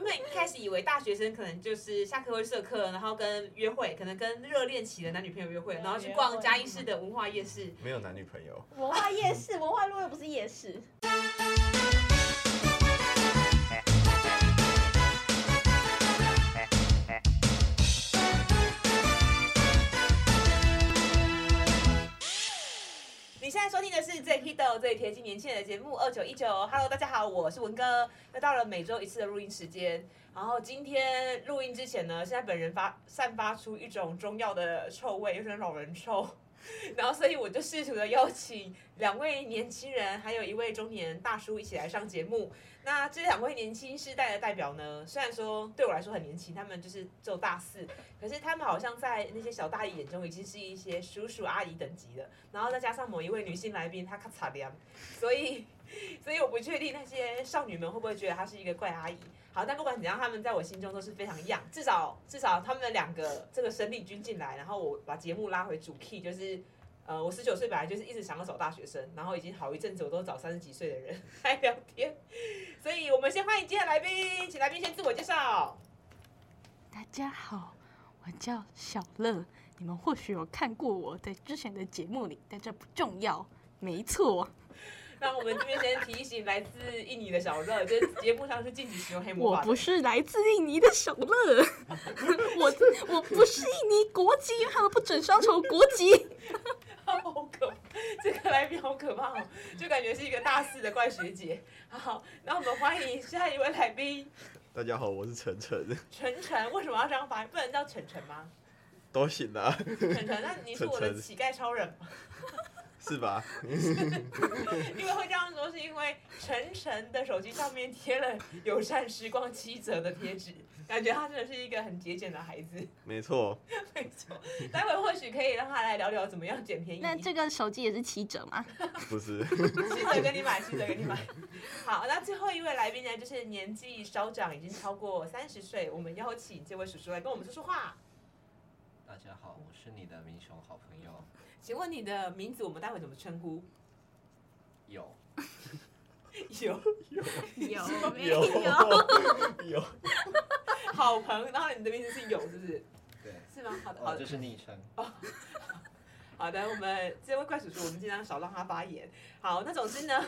为一开始以为大学生可能就是下课会社课，然后跟约会，可能跟热恋期的男女朋友约会，然啊嗯后去逛嘉义市的文化夜市。没有男女朋友，文化夜市，文化路又不是夜市。你现在收听的是最 hit 的、最贴近年轻人的节目二九一九。Hello，大家好，我是文哥。又到了每周一次的录音时间，然后今天录音之前呢，现在本人发散发出一种中药的臭味，有点老人臭。然后，所以我就试图的邀请两位年轻人，还有一位中年大叔一起来上节目。那这两位年轻世代的代表呢，虽然说对我来说很年轻，他们就是只有大四，可是他们好像在那些小大爷眼中已经是一些叔叔阿姨等级了。然后再加上某一位女性来宾，她咔嚓凉，所以，所以我不确定那些少女们会不会觉得她是一个怪阿姨。好，但不管怎样，他们在我心中都是非常一样。至少，至少他们两个这个生力军进来，然后我把节目拉回主 key，就是呃，我十九岁本来就是一直想要找大学生，然后已经好一阵子我都找三十几岁的人 来聊天，所以我们先欢迎今天的来宾，请来宾先自我介绍。大家好，我叫小乐，你们或许有看过我在之前的节目里，但这不重要。没错，那我们这边先提醒来自印尼的小乐，就是节目上是禁止使用黑魔我法的不。是来自印尼的小 乐，我我不是印尼国籍，因为他们不准双重国籍。 好可，这个来宾好可怕哦，就感觉是一个大四的怪学姐。好，那我们欢迎下一位来宾大家好，我是晨晨， 晨晨。为什么要这样发音？不能叫晨晨吗？都啊行啦，晨晨，那你是我的晨晨乞丐超人吗？ 是吧？因为会这样说，是因为晨晨的手机上面贴了友善时光七折的贴纸， 感觉他真的是一个很节俭的孩 子。没错，没错，待会或许可以让他来聊聊怎么样捡便宜。那这个手机也是七折吗？不是，七折给你买，七折给你买。 好，那最后一位来宾呢，就是年纪稍长，已经超过三十岁，我们邀请这位叔叔来跟我们说说话。 大家好，我是你的民雄好朋友请问你的名字，我们待会怎么称呼？有，有 有没有有，好朋友，然后你的名字是有，是不是？对，是吗？好的，好哦，的这。是昵称。好的，我们这位怪叔叔，我们尽量少让他发言。好，那总之呢，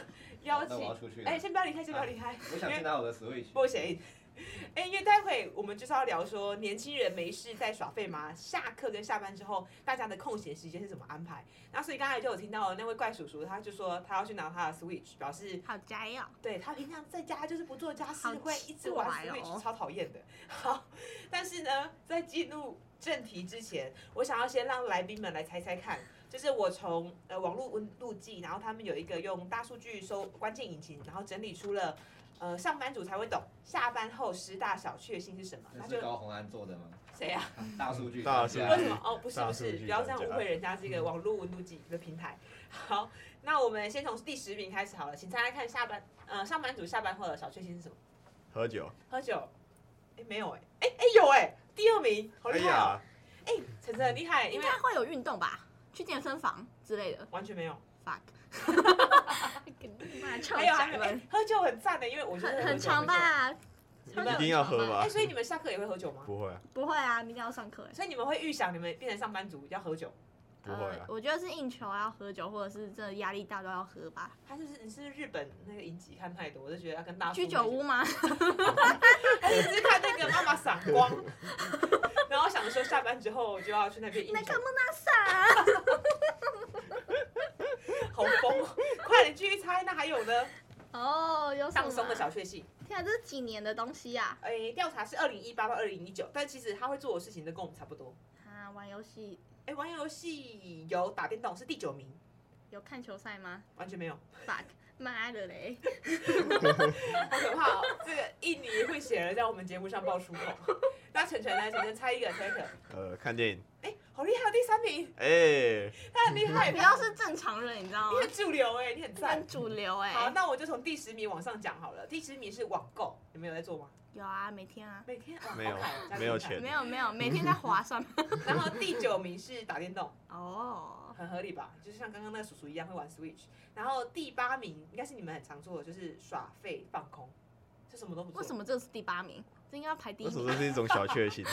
邀那我要请，出去了。啊哎、先不要离开，先不要离开，我想因为去拿我的 Switch。不行。哎、因为待会我们就是要聊说，年轻人没事在耍废吗？下课跟下班之后，大家的空闲时间是怎么安排？那所以刚才就有听到那位怪叔叔，他就说他要去拿他的 Switch，表示好宅哦，对他平常在家就是不做家事，好会一直玩奇怪 Switch，、哦超讨厌的。 好，但是呢，在进入正题之前，我想要先让来宾们来猜猜看，就是我从呃网络温度计，然后他们有一个用大数据搜关键引擎，然后整理出了呃上班族才会懂下班后十大小确幸是什么，那这就是高洪安做的吗？谁 呀、大数据，大数据为什么？哦，不是大不数是，据不要这样专误家嗯会人家是一个网络温度计的平台。好，那我们先从第十名开始好了，请大家看下班呃上班族下班后的小确幸是什么？喝酒，喝酒，哎、没有哎、哎、哎、有哎、第二名，好哎厉害哦呀，！哎、晨晨很厉害，因应为该会有运动吧？去健身房之类 的。完全没有。 fuck，妈臭还有还宅有，哎、 们，喝酒很赞的、因为我觉得 很很长？吧？你们一定要啊喝哎、吧？所以你们下课也会喝酒吗？不会啊，不会啊，明天要上课哎。所以你们会预想你们变成上班族要喝酒，不会啊，呃哎我觉得是应酬要喝酒，或者是真的压力大都要喝吧。他就是你是不是日本那个影集看太多，我就觉得要跟大叔居酒屋，吗？他一直看那个妈妈闪光， 然后想说下班之后就要去那边应酬，好疯、哦，快点继续猜，那还有呢？哦，有什么放松的小确幸。天啊，这是几年的东西啊！诶，调查是二零一八到二零一九，但其实他会做的事情都跟我们差不多。啊，玩游戏诶，哎玩游戏有打电动是第九名，有看球赛吗完全没有， ？fuck，妈的嘞！好可怕、哦！这个印尼会写人在我们节目上爆粗口。那晨晨呢？晨晨猜一个，猜一个。呃，看电影，诶，好厉害、哦，第三名，哎，他很厉害。不要，是正常人，你知道你吗很？主流哎诶，你很赞很。主流哎、好，那我就从第十名往上讲好了。第十名是网购，你们有在做吗？有啊，每天啊，每天、哦、没有好惨没有钱没有没有，每天在划算 吗？然后第九名是打电动，哦，很合理吧？就是像刚刚那个叔叔一样会玩 Switch。然后第八名应该是你们很常做的，就是耍废放空，就什么都不做。为什么这是第八名？这应该要排第一为什名么。这是一种小确 幸？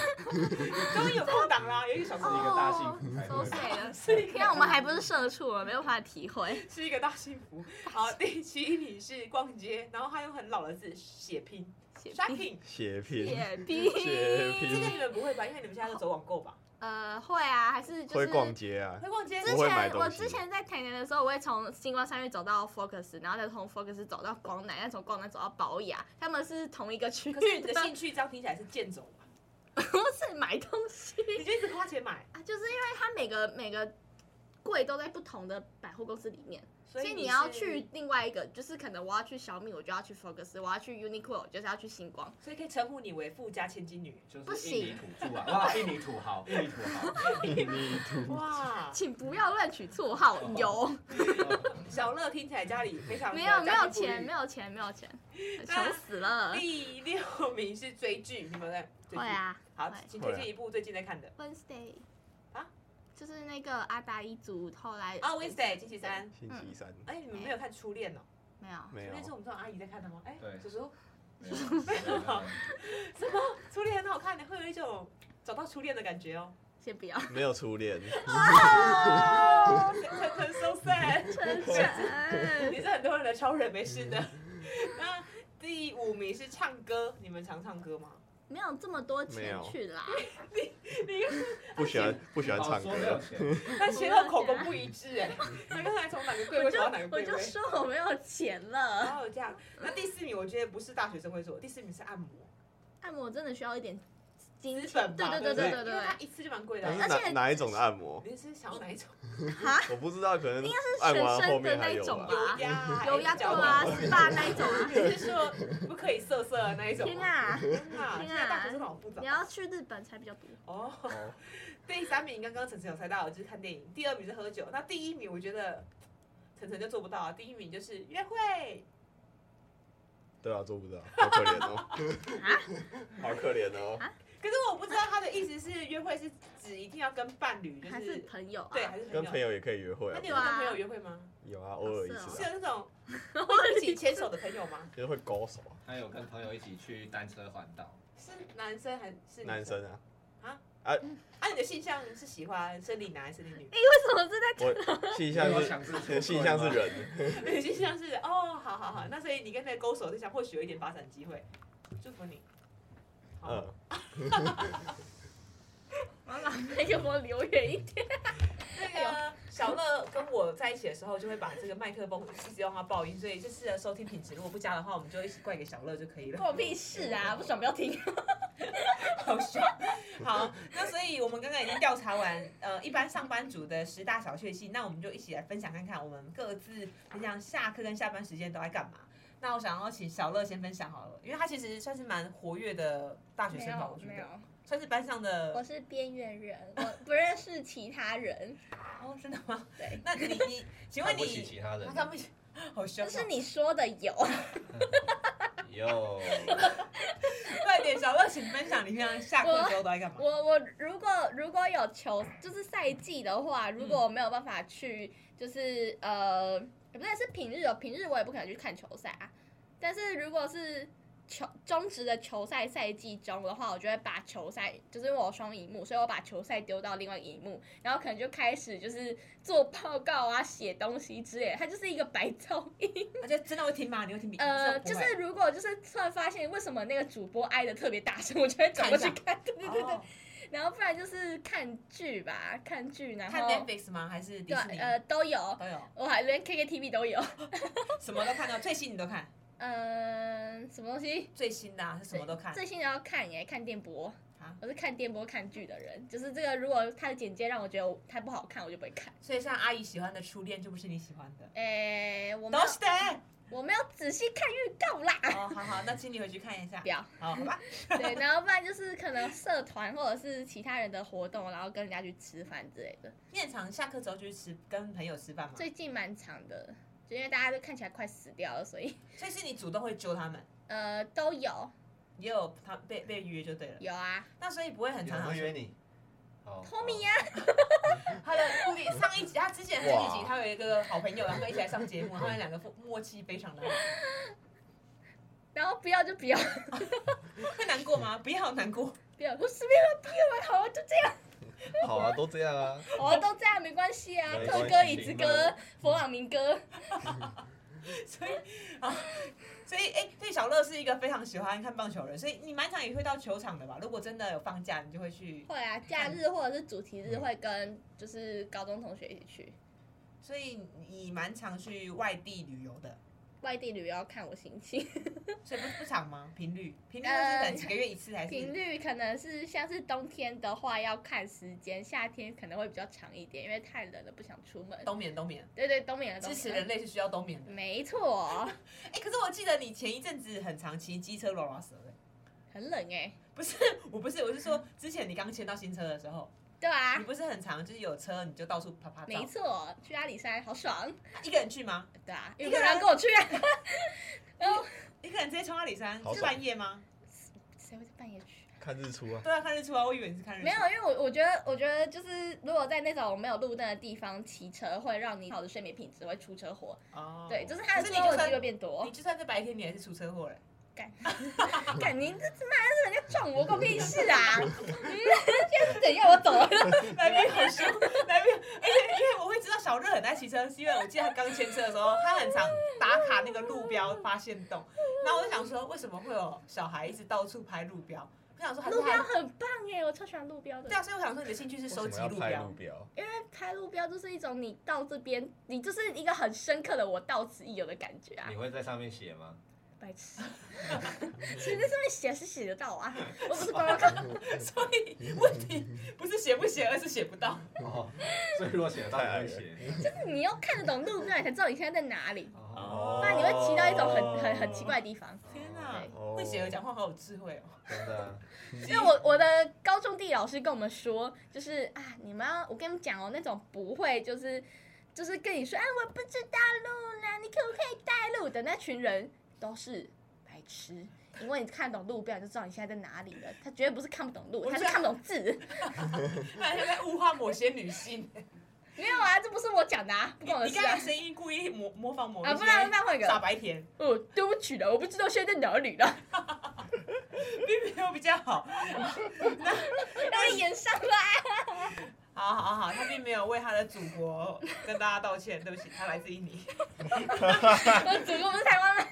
终于有空档啦，有一个小时是一个大幸福才哦 so 对 sad 了。天啊，我们还不是社畜啊，没有办法体会。是一个大幸福。好，第七名是逛街，然后他用很老的字血拼血拼， shopping，血拼血拼，血这个拼你们不会吧？因为你们现在都走网购吧？呃，会啊，还是就会是逛街啊会，逛街之我会买前东西我之前在台南的时候，我会从星光三月走到 Focus，然后再从 Focus 走到光南，再从光南走到宝雅，他们是同一个区域可是你的的，兴趣这样听起来是剑走吧？不是买东西你就一直花钱买，啊，就是因为它每个每个柜都在不同的百货公司里面，所所以以你要是去，另外一个，就是可能我要去小米，我就要去 Focus，我要去 Uniqlo，我就是要去星光。所以可以称呼你为富家千 金女。就不是印尼行土著啊，哇，印尼土豪，印尼土豪，哇，请不要乱取绰号，有小乐听起来家里非常没有没有家庭富裕啊钱，没有钱，没有 钱，穷死了。第六名是追剧，你们在追剧？会啊，好会，请推荐一部最近在看的 Wednesday 啊，就是那个阿达一族后来啊，《Wednesday》星期三。星期三哎，你们没有看《初恋》哦？没有《初没有恋》是我们这种阿姨在看的吗？哎对，叔叔，没有没有没有《初恋》很好看的，会有一种找到初恋的感 觉哦。先不要 没有初恋，哦，很很 so sad。真神，你是很多人的超人，没事的。嗯那第五名是唱歌，你们常唱 歌吗？没有这么多没钱有去啦， 不喜欢不喜欢好唱哦说没有歌，钱，但前后口供不一致 哎，那刚才从哪个柜位我走就到哪个我柜就位？说我没有钱了，然后这样，那第四名我觉得不是大学生会做，第四名是按摩，按摩真的需要一点金资钱，本对吧，对对不对因为它对一次就蛮贵的但啊。是而且哪哪一种的按摩？你是想要哪一种？对，哈，我不知道，可能是按完全后身的面还那有种吧吧。 油压，有压还对是脚啊，腕是吧那一种 啊，你是说不可以色色的那一种天吗？啊，天啊！天啊现在大学生好复杂你。要去日本才比较多，哦，哦第三名刚刚晨晨有猜到，就是看电影；第二名是喝酒。那第一名我觉得晨晨就做不到啊。第一名就是约会，对啊，做不到，好可怜哦，好可怜哦。可是我不知道他的意思是约会是指一定要跟伴侣，就还是是朋友啊，对还是跟朋朋友？友也可以约会那啊你，有跟朋友约会吗？有啊，偶尔一次是哦啊，有那种会一起牵手的朋友吗？就是会勾手啊，还有跟朋友一起去单车环岛，是男生还是女男？生啊，啊，你的性向是喜欢生理男还是生理女？哎为什么是在我性向有是强制出轨性向是吗，人，你 的性向是哦，好好好，那所以你跟那个勾手对象或许有一点发展机会，祝福你。好，嗯，我要把麦克风留远一点？那个小乐跟我在一起的时候，就会把这个麦克风一直用它爆音，所以这次的收听品质如果不佳的话，我们就一起怪给小乐就可以 了。关我屁事啊！不爽不要听。好爽！好，那所以我们刚刚已经调查完，呃，一般上班族的十大小确幸，那我们就一起来分享看看我们各自平常下课跟下班时间都在干嘛。那我想要请小乐先分享好了，因为他其实算是蛮活跃的大学没生吧，我有觉没得有，算是班上我的。是边缘人，我不认识其他人。哦，真的吗？对， 那你你，请问看不起你，啊其他人他，看不起，好凶、就哦！是你说的有， 有， 快点，小乐，请分享你平常下课的时候都在干嘛？我我如果如果有球，就是赛季的话，如嗯果我没有办法去，就是呃，也不对，是平日哦，平日我也不可能去看球赛啊。但是如果是球中职的球赛赛季中的话，我就会把球赛，就是因为我有双荧幕，所以我把球赛丢到另外一个荧幕，然后可能就开始就是做报告啊、写东西之类的，它就是一个白噪音。而且啊真的会听吗？ 你会听比？呃，你不就会是如果就是突然发现为什么那个主播挨的特别大声，我就会转过去看，对对对对。哦然后不然就是看剧吧，看剧，然看后 Netflix 吗？还是迪对士尼？呃都有，都有，我还连 KKTV 都有，什么都看到，最新你都看，嗯、什么东西？最新的、啊、是什么都看最新的要看耶，看电波啊。我是看电波看剧的人，就是这个。如果它的简介让我觉得它不好看，我就不会看。所以像阿姨喜欢的初恋就不是你喜欢的。诶，我没都有是的。我没有仔细看预告 啦，哦，好好，那请你回去看一下不。要。好，好吧。对，然后不然就是可能社团或者是其他人的活动，然后跟人家去吃饭之类的。你很常下课之后就去吃，跟朋友吃饭嘛，最近蛮长的，就因为大家都看起来快死掉了，所以所以是你主动会揪他们，呃都有也有他被被约就对了。有啊，那所以不会很有人常会去。约你哦，Tommy ，Tommy 呀、他的我给上一集，他之前前几集哇他 有一个好朋友，然后一起来上节目，他们两个默契非常的好。然后不要就不要， 会难过吗？不要难过，不要我随便吧，不要吧，好啊，就 这样，好啊，都这样啊。好啊，都这样没关系啊。没特关歌、系椅子嘛歌、佛朗明哥，所以啊，所以哎，对小乐是一个非常喜欢看棒球的人，所以你满场也会到球场的吧？如果真的有放假，你就会去。会啊，假日或者是主题日会跟就是高中同学一起去所以你蛮常去外地旅游的，外地旅游，看我心 情。所以不不长吗？频率频率就是可能几个月一次还是？频率可能是像是冬天的话要看时间，夏天可能会比较长一点，因为太冷了不想出门。冬眠冬眠，对对，冬眠的冬支持天人类是需要冬眠的。没错，哎，可是我记得你前一阵子很常骑机车拉拉蛇的。很冷哎、不是，我不是，我是说，之前你刚签到新车的时候，对啊你，不是很常就是有车你就到处啪啪照没，错，去阿里山好爽，一个人去吗？对啊，一有个人没有人跟我去啊？然后一个人直接冲阿里山，好爽是半夜吗？谁会在半夜去？看日出啊，对啊，看日出啊，我以为你是看日出。没有，因为我我觉得，我觉得就是如果在那种没有路灯的地方骑车，会让你好的睡眠品质会出车祸。哦，对，就是它的可是出你车就祸的算机会变多你。就算在白天，你还是出车祸 了。感您这他妈是人家撞我，关我屁事啊！嗯，现在是怎样？我走了。来宾很凶， 来宾，而且因为我会知道小热很爱骑车，是因为我记得他刚牵车的时候，他很常打卡那个路标发现洞，然后我就想说，为什么会有小孩一直到处拍路标？我想说还是路标他。很棒耶，我超喜欢路标的对。啊，所以我想说你的兴趣是收哦为集什么要路拍路标，标？因为拍路标就是一种你到这边，你就是一个很深刻的我到此一游的感觉啊你。会在上面写吗？白 痴，其实在上面写是写得到啊，我不是观光 客。所 以问题不是写不写，而是写不到。哦，所以如果写得到太你矮会了写。就是你要看得懂路标，你才知道你现在在哪里，哦，不然你会骑到一种很很很奇怪的地方。天哪哦，会写的讲话好有智慧哦。真的，因为我我的高中地理老师跟我们说，就是啊，你们要我跟你们讲哦，那种不会就是就是跟你说，哎、我不知道路啦，你可不可以带路的那群人都是白痴。因为你看得懂路标，你就知道你现在在哪里了。他绝对不是看不懂路，我他是觉得看不懂字。他现在物化某些女 性，没有啊，这不是我讲的啊，不关我的你事刚才啊。声音故意模模仿某一啊，不然些那换一傻个。白甜，哦，对不起了，我不知道现在在哪里 了，并没有比较好。让你哎演上了。好好好，他并没有为他的祖国跟大家道歉，对不起，他来自印 尼。我祖国不是台湾吗？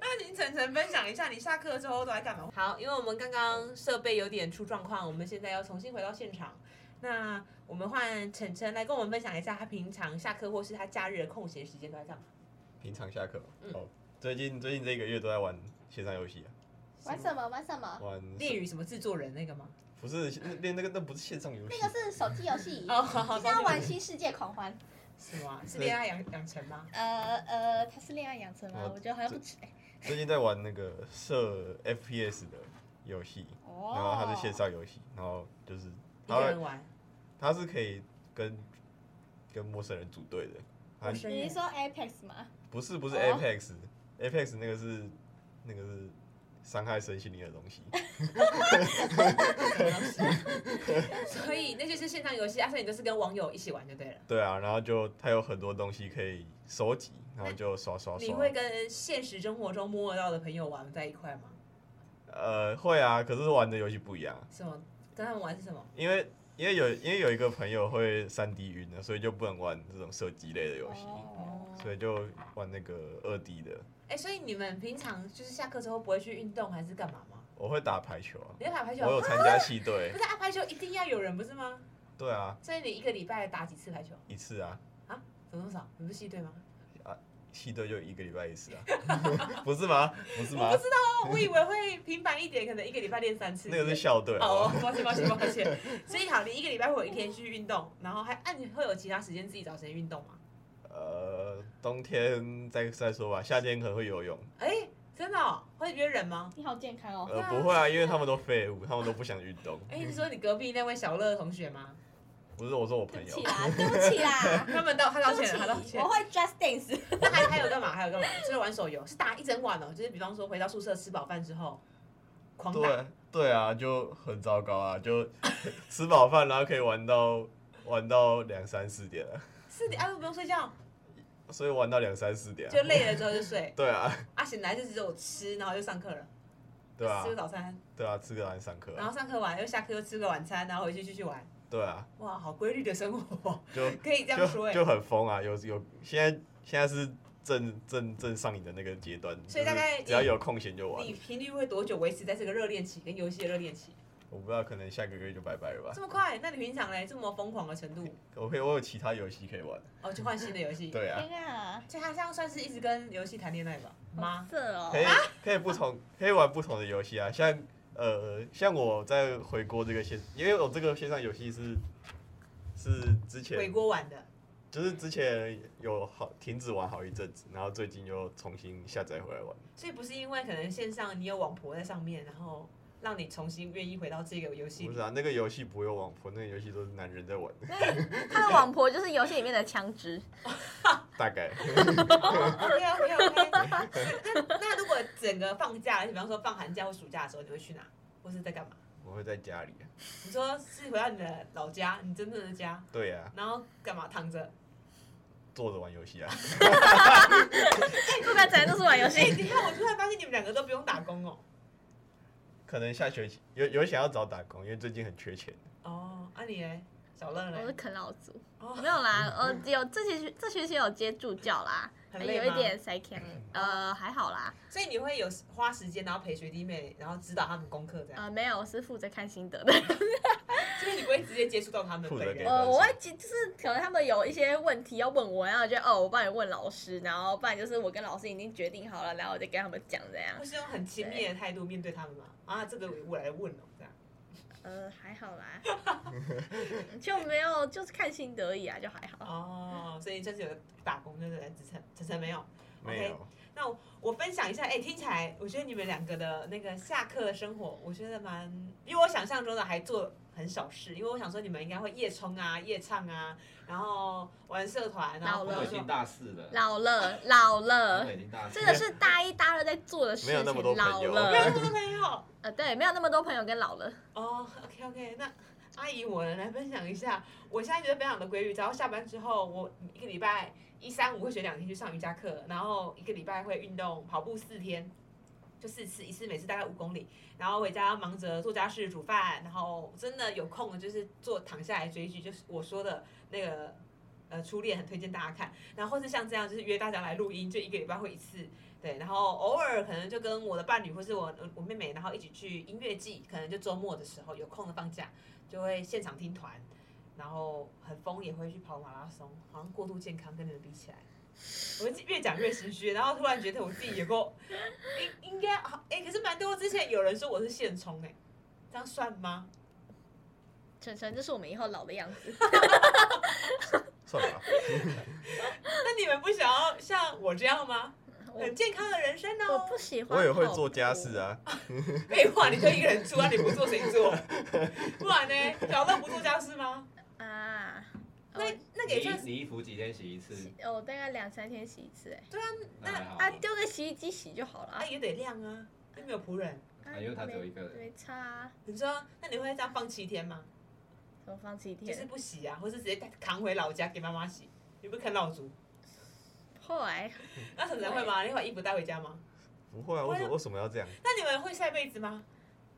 那请晨晨分享一下，你下课之后都在干嘛？好，因为我们刚刚设备有点出状况，我们现在要重新回到现场。那我们换晨晨来跟我们分享一下，他平常下课或是他假日的空闲时间都在干嘛？平常下课嗯，哦，最近最近这个月都在玩线上游戏啊，玩什么？玩什么？玩恋与什么制作人那个吗？不是那那那个那不是线上游戏，啊那个是手机游戏，哦，好好，现在玩《新世界狂欢》。什么啊？是恋爱养养成吗？呃呃，他是恋爱养成吗哦？我觉得好像不止哎。最近在玩那个射 FPS 的游戏，哦然后它是线上游戏，然后就是一它个会人玩，它是可以跟跟陌生人组队的，它陌生你人是说 Apex 吗？不是不是哦 Apex，Apex、Apex 那个是那个是伤害身心灵的东 西， 所以那些是线上游戏啊，所以你都是跟网友一起玩就对了。对啊，然后就它有很多东西可以收集，然后就刷刷你刷会，跟现实生活中摸得到的朋友玩在一块吗？呃，会啊，可是玩的游戏不一样啊，什么？跟他们玩是什么？因为因为有因为有一个朋友会三 D 晕的，所以就不能玩这种射击类的游戏，哦，所以就玩那个二 D 的。哎、所以你们平常就是下课之后不会去运动还是干嘛吗？我会打排球啊，你要打排球我？有参加系队 不，是啊，排球一定要有人不是吗？对啊，所以你一个礼拜打几次排球？一次啊，怎么那么少？你不是系队吗？系队就一个礼拜一次啊， 不是吗？不是吗我不？知道，哦我以为会频繁一点，可能一个礼拜练三次。 那个是校队哦啊，，抱歉抱歉抱歉。 所以好，你一个礼拜会有一天去运动，然后还按、你会有其他时间自己找时间运动吗？呃，冬天再再说吧，夏天可能会游泳，哎、真的、哦、会约人吗？你好健康哦。呃，不会啊，因为他们都废物，他们都不想运动。哎、你说你隔壁那位小乐同学吗？不是我说我对呃朋不友起，啊啦，对不起啦， 他们道他道对不歉了，他道起，歉我。哦会 Just Dance。那还还有干嘛？还有干嘛？就是玩手游，是打一整晚哦。就是比方说回到宿舍吃饱饭之后，狂打。对对啊，就很糟糕啊，就 吃饱饭然后可以玩到玩到两三四点啊，四点啊，不用睡觉。所以玩到两三四点啊、就累了之后就睡，对啊，啊，醒来就只有吃，然后就上课了，对啊吃，个早餐，对啊，吃个晚上上课然啊，后上课完又下课又吃个晚餐，然后回去继续玩，对啊，哇，好规律的生活，哦就 可以这样说就哎、就很疯啊，有有现在现在是正正正上瘾的那个阶段，所以大概就是只要有空闲就玩你，频率会多久维持在这个热恋期跟游戏的热恋期？我不知道可能下个月就拜拜了吧这，么快？那你平常嘞这么疯狂的程度，我可以我有其他游戏可以玩，哦，去换新的游戏，对啊，天啊，所以他这样算是一直跟游戏谈恋爱吧？好妈，色哦可！以可以不同，可以玩不同的游戏啊，像呃像我在回锅这个线，因为我这个线上游戏是是之回前锅玩的，就是之前有好停止玩好一阵子，然后最近又重新下载回来玩，所以不是因为可能线上你有网婆在上面，然后让你重新愿意回到这个游戏不里是。啊，那个游戏不会有网婆，那个游戏都是男人在玩，他的网婆就是游戏里面的枪 支，大 概 OK OK OK 那。哦那如果整个放假，比方说放寒假或暑假的时候，你会去哪？或是在干嘛？我会在家里啊，你说是回到你的老家，你真正的家，对呀、啊，然后干嘛躺着？坐着玩游戏啊，不管怎样都是玩游哎、戏。你看我突然发现你们两个都不用打工哦。可能下学期有有想要找打工，因为最近很缺钱，哦，啊你嘞，小乐 我是嘞，啃老族，哦，没有啦，呃，只有这学期这学期有接助教啦，很累有吗一点塞 c 嗯呃，还好啦，所以你会有花时间，然后陪学弟妹，然后指导他们功课这样，呃，没有，我是负责看心得的。所以你不会直接接触到他们负责本给人。呃，我会记就是可能他们有一些问题要问我，然后我就哦，我帮你问老师，然后不然就是我跟老师已经决定好了，然后我就跟他们讲这样或。是用很亲密的态度面对他们嘛？啊，这个我来问了，这样。呃，还好 啦，就没有就是看心得而已啊，就还好。哦，所以这是有打工，就是来支撑，晨晨没有。没有 OK 那我我分享一下，哎、听起来我觉得你们两个的那个下课的生活，我觉得蛮比我想象中的还做很少事，因为我想说你们应该会夜冲啊、夜唱啊，然后玩社团，啊然后老我了都已经大四了，老了，老 了我，已经大四这了，个是大一、大二在做的事没有情。那么多老朋友没有 了，什么没有。呃，对，没有那么多朋友跟老了。哦，OK OK，那阿姨我来分享一下，我现在觉得非常的规律，只要下班之后，我一个礼拜一三五会选两天去上瑜伽课，然后一个礼拜会运动跑步四天，就四次，一次每次大概五公里，然后回家忙着做家事、煮饭，然后真的有空了就是坐躺下来追剧，就是我说的那个。呃，初恋很推荐大家看，然后或是像这样，就是约大家来录音，就一个礼拜会一次，对，然后偶尔可能就跟我的伴侣或是我呃我妹妹，然后一起去音乐季，可能就周末的时候有空的放假，就会现场听团，然后很疯也会去跑马拉松，好像过度健康跟你们比起来，我越讲越心虚，然后突然觉得我自己有够应应该好哎、可是蛮多之前有人说我是现充哎、这样算吗？晨晨，这是我们以后老的样子。算 了吧，那你们不想要像我这样吗？我很健康的人生我哦。不喜欢。哎我也会做家事。啊，废话，你就一个人住啊，你不做谁做？不然呢？小乐不做家事吗？啊，哦那那那个你也衣算是你衣服几天洗一次？我大概两三天洗一次，哎，那还好啊，丢在洗衣机洗就好了啊，啊。也得晾啊，又没有仆人。哎啊因为他只有一个没没差啊，你说，那你会这样放七天吗？怎么放几就天？是不洗啊，或是直接扛回老家给妈妈洗？你不是啃老族？后来嗯那晨晨会吗？你会把衣服带回家吗？不会啊，为什么为什么要这样？那你们会晒被子吗？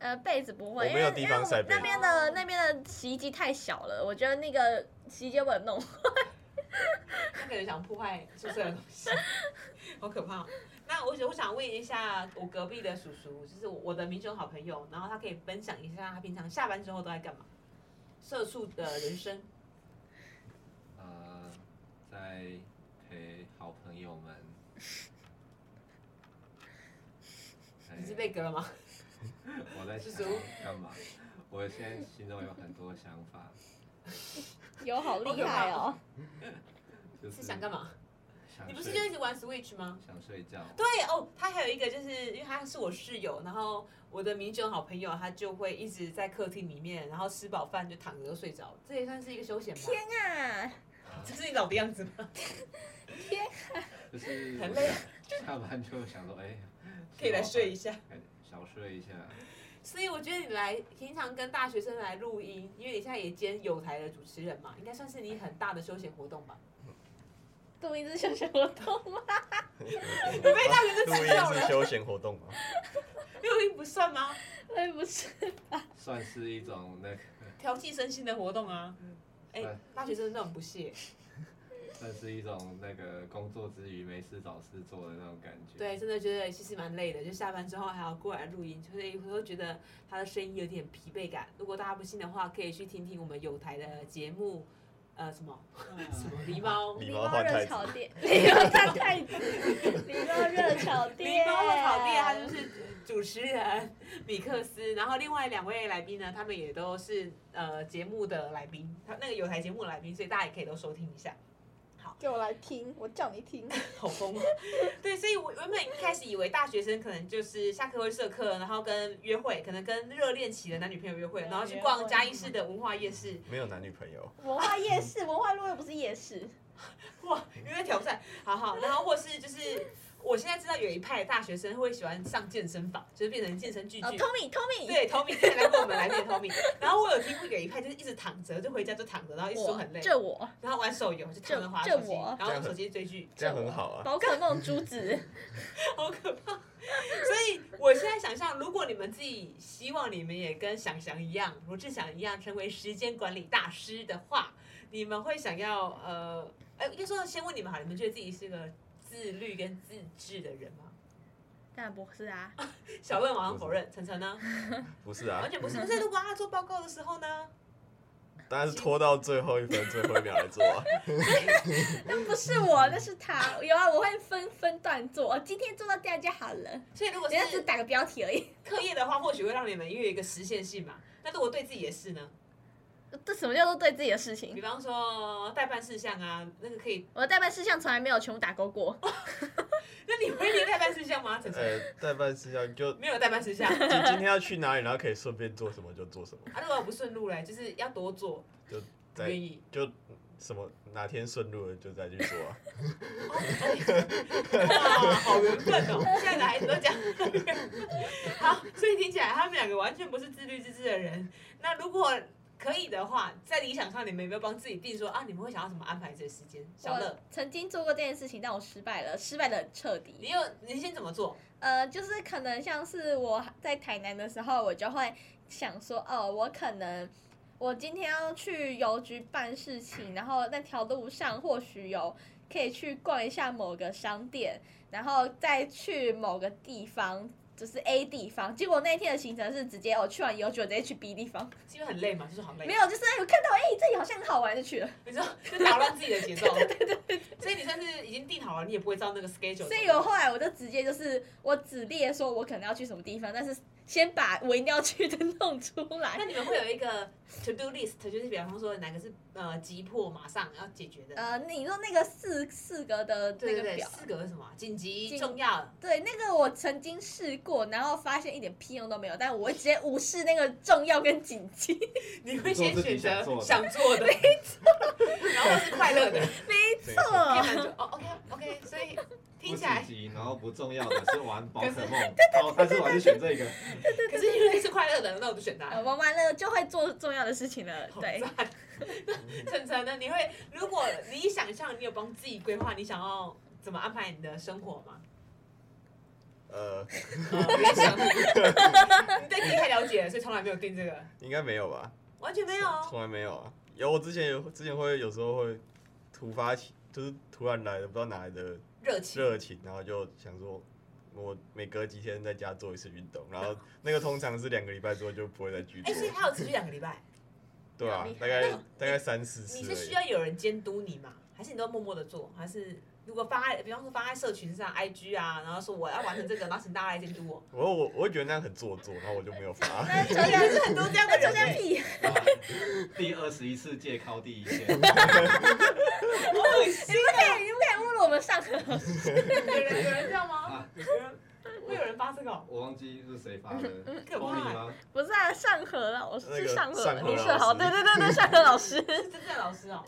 呃被子不会，我因没有为地因为方我晒们被那子边的那边的洗衣机太小了，我觉得那个洗衣机不能弄。那可能想破坏宿舍的东西， 好可怕哦、那我想我想问一下我隔壁的叔叔，就是我的民雄好朋友，然后他可以分享一下他平常下班之后都在干嘛，社畜的人生。呃，在陪好朋友们。你是被割了吗？哎我在叔想叔干 嘛？我现在心中有很多想法，有好厉害哦！就是想干？嘛？想你睡不是就一直玩 Switch 吗？想睡觉？对哦，他还有一个就是因为他是我室友，然后我的民雄好朋友，他就会一直在客厅里面，然后吃饱饭就躺着就睡着，这也算是一个休闲吧？啊，这是你老的样 子吗？就是很累，啊 下班就想说，哎，可以来睡一下，下。小 睡一下。所以我觉得你来平常跟大学生来录音，因为你现在也兼有台的主持人嘛，应该算是你很大的休闲活动吧？录音是休闲活动吗？你被大学录生耻笑音是了，休闲活动吗？啊录音不算吗？哎，不是，算是一种那个，调剂身心的活动啊。哎、对大学生那种不屑，算是一种那个工作之余没事找事做的那种感觉。对，，真的觉得其实蛮累的，就下班之后还要过来录音，所以有时候觉得他的声音有点疲惫感。如果大家不信的话，可以去听听我们有台的节目，呃，什么什么狸猫 狸狸猫猫换太热子炒店，狸猫换太子，狸猫热炒狸店，猫的草地，他就是主持人米克斯，然后另外两位来宾呢，他们也都是呃节目的来宾，他那个有台节目的来宾，所以大家也可以都收听一下。给我来听，我叫你听。好疯啊！ 对，所以我原本一开始以为大学生可能就是下课会社课，然后跟约会，可能跟热恋期的男女朋友约啊会，然后去逛嘉义市的文化夜市。没有男女朋友，啊文化夜市，文化路又不是夜市，哇，因为挑战，好好，然后或是就是。我现在知道有一派大学生会喜欢上健身房，就是变成健身巨哦巨。，Tommy，Tommy，对，Tommy 之前来过我们来面 Tommy，然后我有听过有一派就是一直躺着，就回家就躺着，然后一直说我很累，这我然后玩手游就躺着滑这手机，这我然后用手机追剧，这样很好啊。宝可梦珠子，好可怕。 所以我现在想象，如果你们自己希望你们也跟想翔一样，罗志祥一样成为时间管理大师的话，你们会想要呃，哎，应该说先问你们好，你们觉得自己是个自律跟自制的人吗？当然不是啊，小乐马上否认，晨晨呢？不是啊完，全不是。不是，如果他做报告的时候呢？当然是拖到最后一分、最后一秒来做 啊。那不是我，那是他。有啊，我会分分段做，哦今天做到这样就好了，所以如果人家只是打个标题而已。课业的话，或许会让你们因为有一个实现性嘛。那如果对自己也是呢？这什么叫做对自己的事比情？方说代办事项啊，那个可以。我的代办事项从来没有全部打勾过，那你会列代办事项吗？晨晨呃，代办事项就没有代办事项。今今天要去哪里，然后可以顺便做什么就做什么，啊，如果不顺路嘞，就是要多做，不再愿意。就什么哪天顺路了就再去做啊。哇，哦哎 好缘分哦！现在的孩子都讲。好，所以听起来他们两个完全不是自律自制的人。那如果可以的话，在理想上，你们有没有帮自己定说啊，你们会想要怎么安排这个时间？小乐我，曾经做过这件事情，但我失败了，失败的很彻底。你有你先怎么做？呃，就是可能像是我在台南的时候，我就会想说，哦，我可能我今天要去邮局办事情，然后那条路上或许有可以去逛一下某个商店，然后再去某个地方。就是 A 地方，结果那天的行程是直接我、去完邮局，我直接去 B 地方，是因为很累嘛，就是好累没。有，就是哎我看到哎、这里好像很好玩就去了，你说就打乱自己的节奏。 对对对。所以你算是已经定好了，你也不会照那个 schedule 走。所以我后来我就直接就是我只列说我可能要去什么地方，但是先把我一定要去的 弄出来那。你们会有一个 to do list，就是比方说哪个是呃急迫马上要解决的，呃，你说那个四四格的那对个对对，表，四个是什么？啊紧急、紧重要、对那个我曾经试过，然后发现一点屁用都没有，但我会直接无视那个重要跟紧急，你会先选择做自己想想做的， 然后是快乐的， 没错可以满足哦，OK OK，所以听起来不，紧急然后不重要的是玩宝可梦，哦，但是我还是选这个。可是因为是快乐的，那我就选哎它。呃，玩完了就会做重要的事情了。好对，赞，晨晨呢？你会如果你想象你有帮自己规划，你想要怎么安排你的生活 吗？呃，呃别想， 你对自己太了解了，所以从来没有定这个，应该没有吧？完全没有哦。从来没有啊。有我之前有之前会有时候会突发奇，就是突然来的不知道哪来的热情，热情，然后就想说。我每隔几天在家做一次运动，然后那个通常是两个礼拜之后就不会再去哎，做，所以还有持续两个礼拜，对啊好厉，害大概那大概三四次你而是已。需要有人监督你吗？还是你都默默的做？还是如果发在，比方说发在社群上、IG 啊，然后说我要完成这个，然后请大家来监督 我。我我我会觉得那样很做作，然后我就没有发。那抽你 还是象，很多这样的那人、抽象欸，屁，哇第二十一次借靠第一线，好恶心 你不可啊以，你不可以侮辱我们上课。有人有人这样吗啊？有人 会有人发这个哦？我忘记是谁发的，嗯可光你怕、吗？不是啊，上河老师那个是上河上河林老世豪，师对对对对，上河老师， 欸！是真正的老师哦、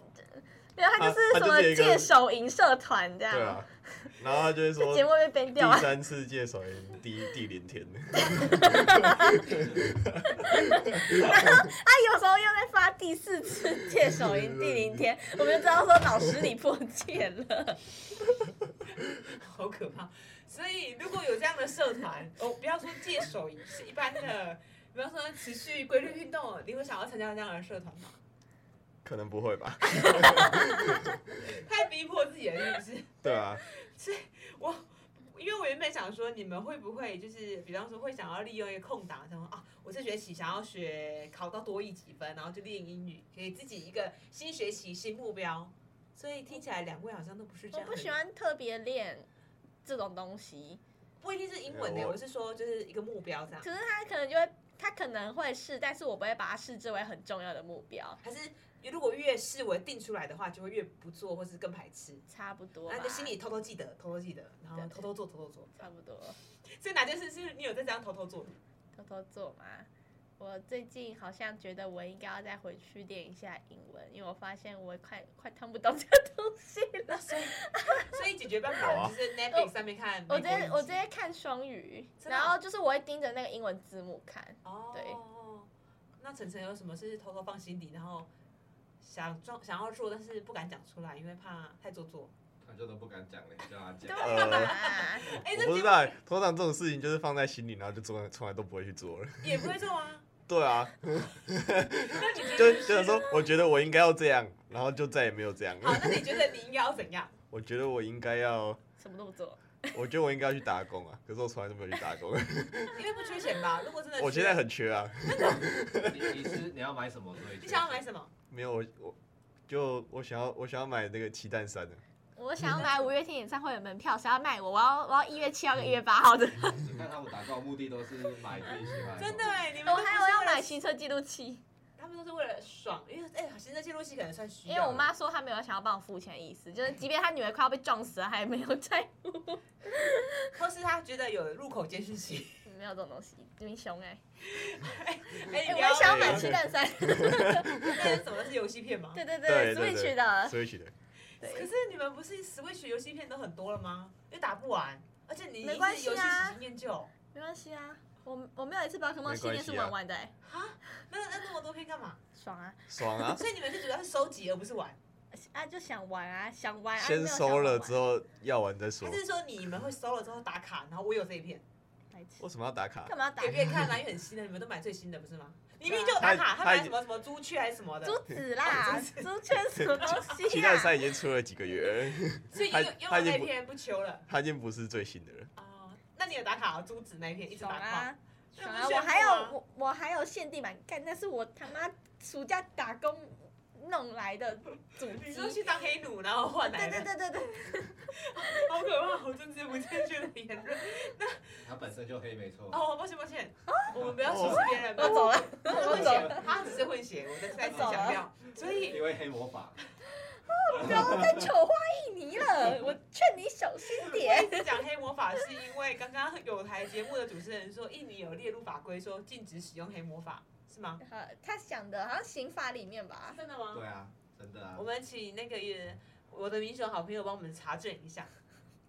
对，他就他是他什就是么一个借手营社团这样，对啊，然后他就会这说节目被编掉第啊。三次界手淫第一第零天，他有时候又在发第四次 界手印第零天，我们就知道说老师你破戒了。好可怕。所以如果有这样的社团，哦，不要说戒手，是一般的，比方说持续规律运动，你会想要参加这样的社团吗？可能不会吧？太逼迫自己了，是不是？对啊，我因为我原本想说，你们会不会就是，比方说会想要利用一个空档，想说啊，我这学期想要学考到多一几分，然后就练英语，给自己一个新学期新目标。所以听起来两位好像都不是这我样的不人，喜欢特别练这种东西，不一定是英文没的，有我我是说就是一个目标这样，可是他可能就会，他可能会是，但是我不会把它视之为很重要的目标，还是如果越视为定出来的话，就会越不做，或是更排斥。差不多吧然后就心里偷偷记得，偷偷记得，然后对偷偷做，偷偷做。差不多，所以哪件事是你有在这样偷偷做的？偷偷做嘛。我最近好像觉得我应该要再回去练一下英文，因为我发现我快快看不懂这个东西了。所以解决办有法啊就是 Netflix 上面看美国我影直集。接我直接看双语，真的哦然后就是我会盯着那个英文字幕看。哦，对那晨晨有什么是偷偷放心底，然后想装想要做，但是不敢讲出来，因为怕太做作？他就都不敢讲了，你叫他对讲。吧？哎、我这节不知目道欸，通常这种事情就是放在心里，然后就从从来都不会去做了。 也不会做啊。对啊，那你觉就得就想说，我觉得我应该要这样，然后就再也没有这样。好？那你觉得你应该要怎样？我觉得我应该要，什么都不做，我觉得我应该要去打工啊，可是我从来都没有去打工。因为不缺钱 吧？如果真的缺，我现在很缺啊，你你是你要买什么？所以你想要买什么？没有我我就我想要我想要买那个鸡蛋三的，我想要买五月天演唱会的门票，谁要卖我？我要我要一月七号跟一月八号的。么？你看他们打工目的都是买自己喜欢。真的哎、你们我都不还是有要为了买行车记录器。他们都是为了爽，因为哎，行政记录器可能算需要。因为我妈说她没有想要帮我付钱的意思，就是即便她女儿快要被撞死了，她也没 有在，或是他觉得有入口监视器， 没有这种东西，英雄哎、哎、欸，你我不也想要买买七蛋 三，那是什么？是游戏片吗？对对对对，Switch 对啊的，所以取的。可对，是你们不是 Switch 游戏片都很多了吗？又打不完，而且你没关系一直游戏啊喜新厌旧，没关系啊，我我没有一次宝可梦没系关系啊列是玩完的、欸，那那那么多片干嘛？爽啊爽啊！所以你们是主要是收集而不是玩，啊就想玩啊，想玩啊，先收了之后，后要完再说还。是说你们会收了之后打卡，然后我有这一片白痴为什么要打卡？干嘛打给别人看啊？因为很新的，你们都买最新的不是 吗？你明明就有打啊他卡，他他买已什么什么朱雀还是什么的，珠 子啦，珠圈什么东西、啊？鸡蛋三已经出了几个月了， 所以因他为因他为已经那不片不求了它已经不是最新的了。哦。那你有打卡、啊、朱子那一片一直爽打卡？啊！那爽不啊！炫我还有富吗我我还有限定版，干那是我他妈暑假打工弄来的主你机。说去当黑奴，然后换来对的，对对对 对，好可怕，好政治不正确的言 论。他本身就黑，没错。哦，抱歉抱歉，我们不要歧视别人。我走了，他是我混走了。血，他只是混血，我在再次强调。所以因为黑魔法，不要再丑化印尼了， 我劝你小心点。我一直讲黑魔法，是因为刚刚有台节目的主持人说，印尼有列入法规说禁止使用黑魔法，是吗？好，他想的好像刑法里面吧，真的吗？对啊，真的啊我。们请那个也我的民雄好朋友帮我们查证一下。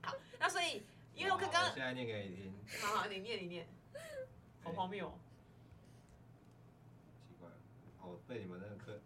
好，那所以因为我刚刚哇我现在念给你听，好好，你念你念，好荒谬哦。奇怪，哦，被你们那个课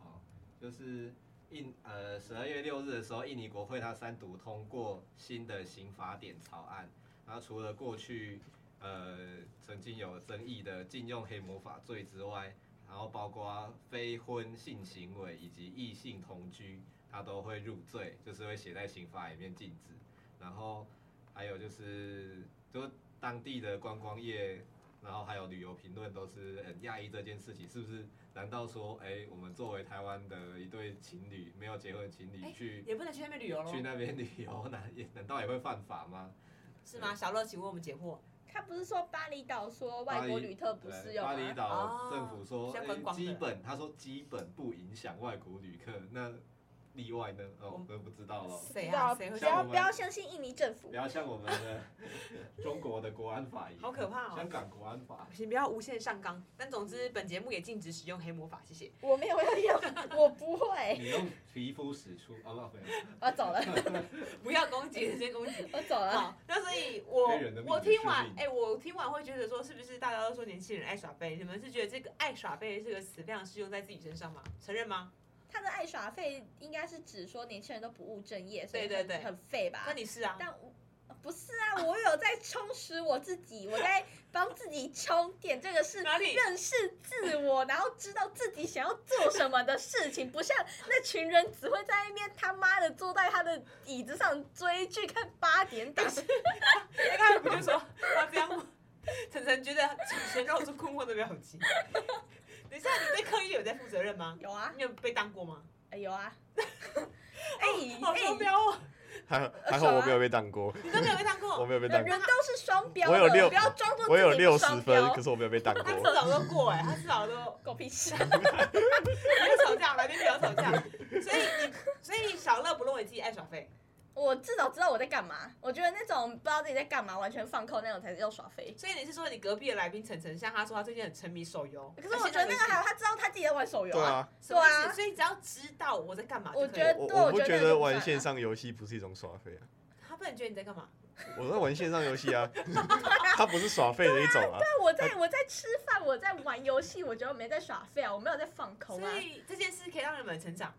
好，就是印呃十二月六日的时候，印尼国会它三读通过新的刑法典草案，然后除了过去呃曾经有争议的禁用黑魔法罪之外，然后包括非婚性行为以及异性同居，它都会入罪，就是会写在刑法里面禁止。然后还有就是，就当地的观光业然后还有旅游评论都是很讶异这件事情，是不是？难道说，哎、我们作为台湾的一对情侣，没有结婚的情侣哎去、也不能去那边旅游喽，去那边旅游， 难也难道也会犯法吗？是吗？小乐，请为我们解惑。他不是说巴厘岛说外国旅客不适对用啊巴厘吗？岛政府说，哦像哎、观光的基本他说基本不影响外国旅客，那例外呢？哦，我我们不知道了。谁不知道啊？谁会不这样像要我们不要相信印尼政府不。要像我们的中国的国安法一样，好可怕哦香港国安法，请不要无限上纲。但总之，本节目也禁止使用黑魔法，谢谢。我没有要 用，我不哎会。你用皮肤使出哦，不，没有，我 走了，不要攻击，先攻击。我走了。 好，那所以我黑人的命我听完是命，哎、我听完会觉得说，是不是大家都说年轻人爱耍废？你们是觉得这个“爱耍废”这个词非常适用在自己身上吗？承认吗？他的爱耍废应该是指说年轻人都不务正业，所以对对很对很废吧？那你是啊？但我不是啊，我有在充实我自 己，我在帮自己充电，这个是哪里认识自 我，然后知道自己想要做什么的事情，不像那群人只会在那边他妈的坐在他的椅子上追剧看八点档。哎他不就说他这样吗？ 晨晨觉得晨晨露出困惑的表情。 等一下，你对科一有在负责任吗？有啊，你有被当过吗？哎 有啊，哎好双哎。标哦，还好还好我啊没有被当过，你都没有被当过，我没有被当人过，人都是双标我有的，六不要装作我有自己六不十双分，标可是我没有 被当他至过。少都过哎、他至少都狗屁事！啊不要吵架，来宾不要吵架。所以你，所以小乐不认为自己爱耍废，我至少知道我在干嘛。我觉得那种不知道自己在干嘛，完全放空那种才叫耍飞。所以你是说你隔壁的来宾晨晨，像他说他最近很沉迷手游，可是我觉得那个哎还好，他知道他自己在玩手游对啊。啊，什么意思对啊所以只要知道我在干嘛就可以了， 我觉得我对我不觉得觉那个得不玩算啊线上游戏不是一种耍废啊，他不能觉得你在干嘛，我在玩线上游戏 啊，它不是耍废的一种啊。但我在我在吃饭，我在玩游戏，我觉得我没在耍废啊，我没有在放空啊所。以这件事可以让你们成长。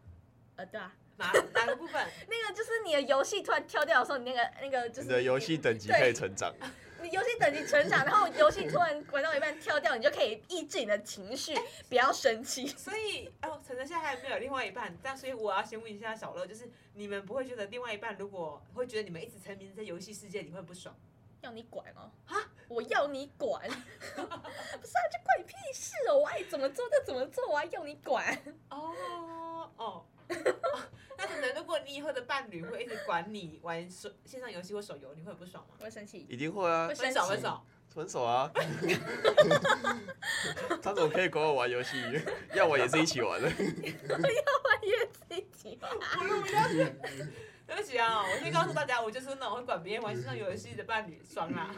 呃，对啊，哪 哪个部分？那个就是你的游戏突然跳掉的时候，你那个那个就你是的游戏等级对可以成长，你游戏等级成长，然后游戏突然玩到一半跳掉，你就可以抑制你的情绪，不要生气。所以哦，晨晨现在还没有另外一半，但所以我要先问一下小乐，就是你们不会觉得另外一半如果会觉得你们一直沉迷在游戏世界，你会不爽？要你管哦！我要你管， 不是啊，就关你屁事哦！我爱怎么做就怎么做，我还要你管。哦哦。那晨晨，如果你以后的伴侣会一直管你玩手线上游戏或手游，你会不爽吗？我会生气，一定会啊会，分生手，气分手。分手啊。他怎么可以管我玩游戏？要玩也是一起玩的。 我也自己玩。对不起啊，我先告诉大家，我就是那种会管别人玩线上游戏的伴侣，爽啦！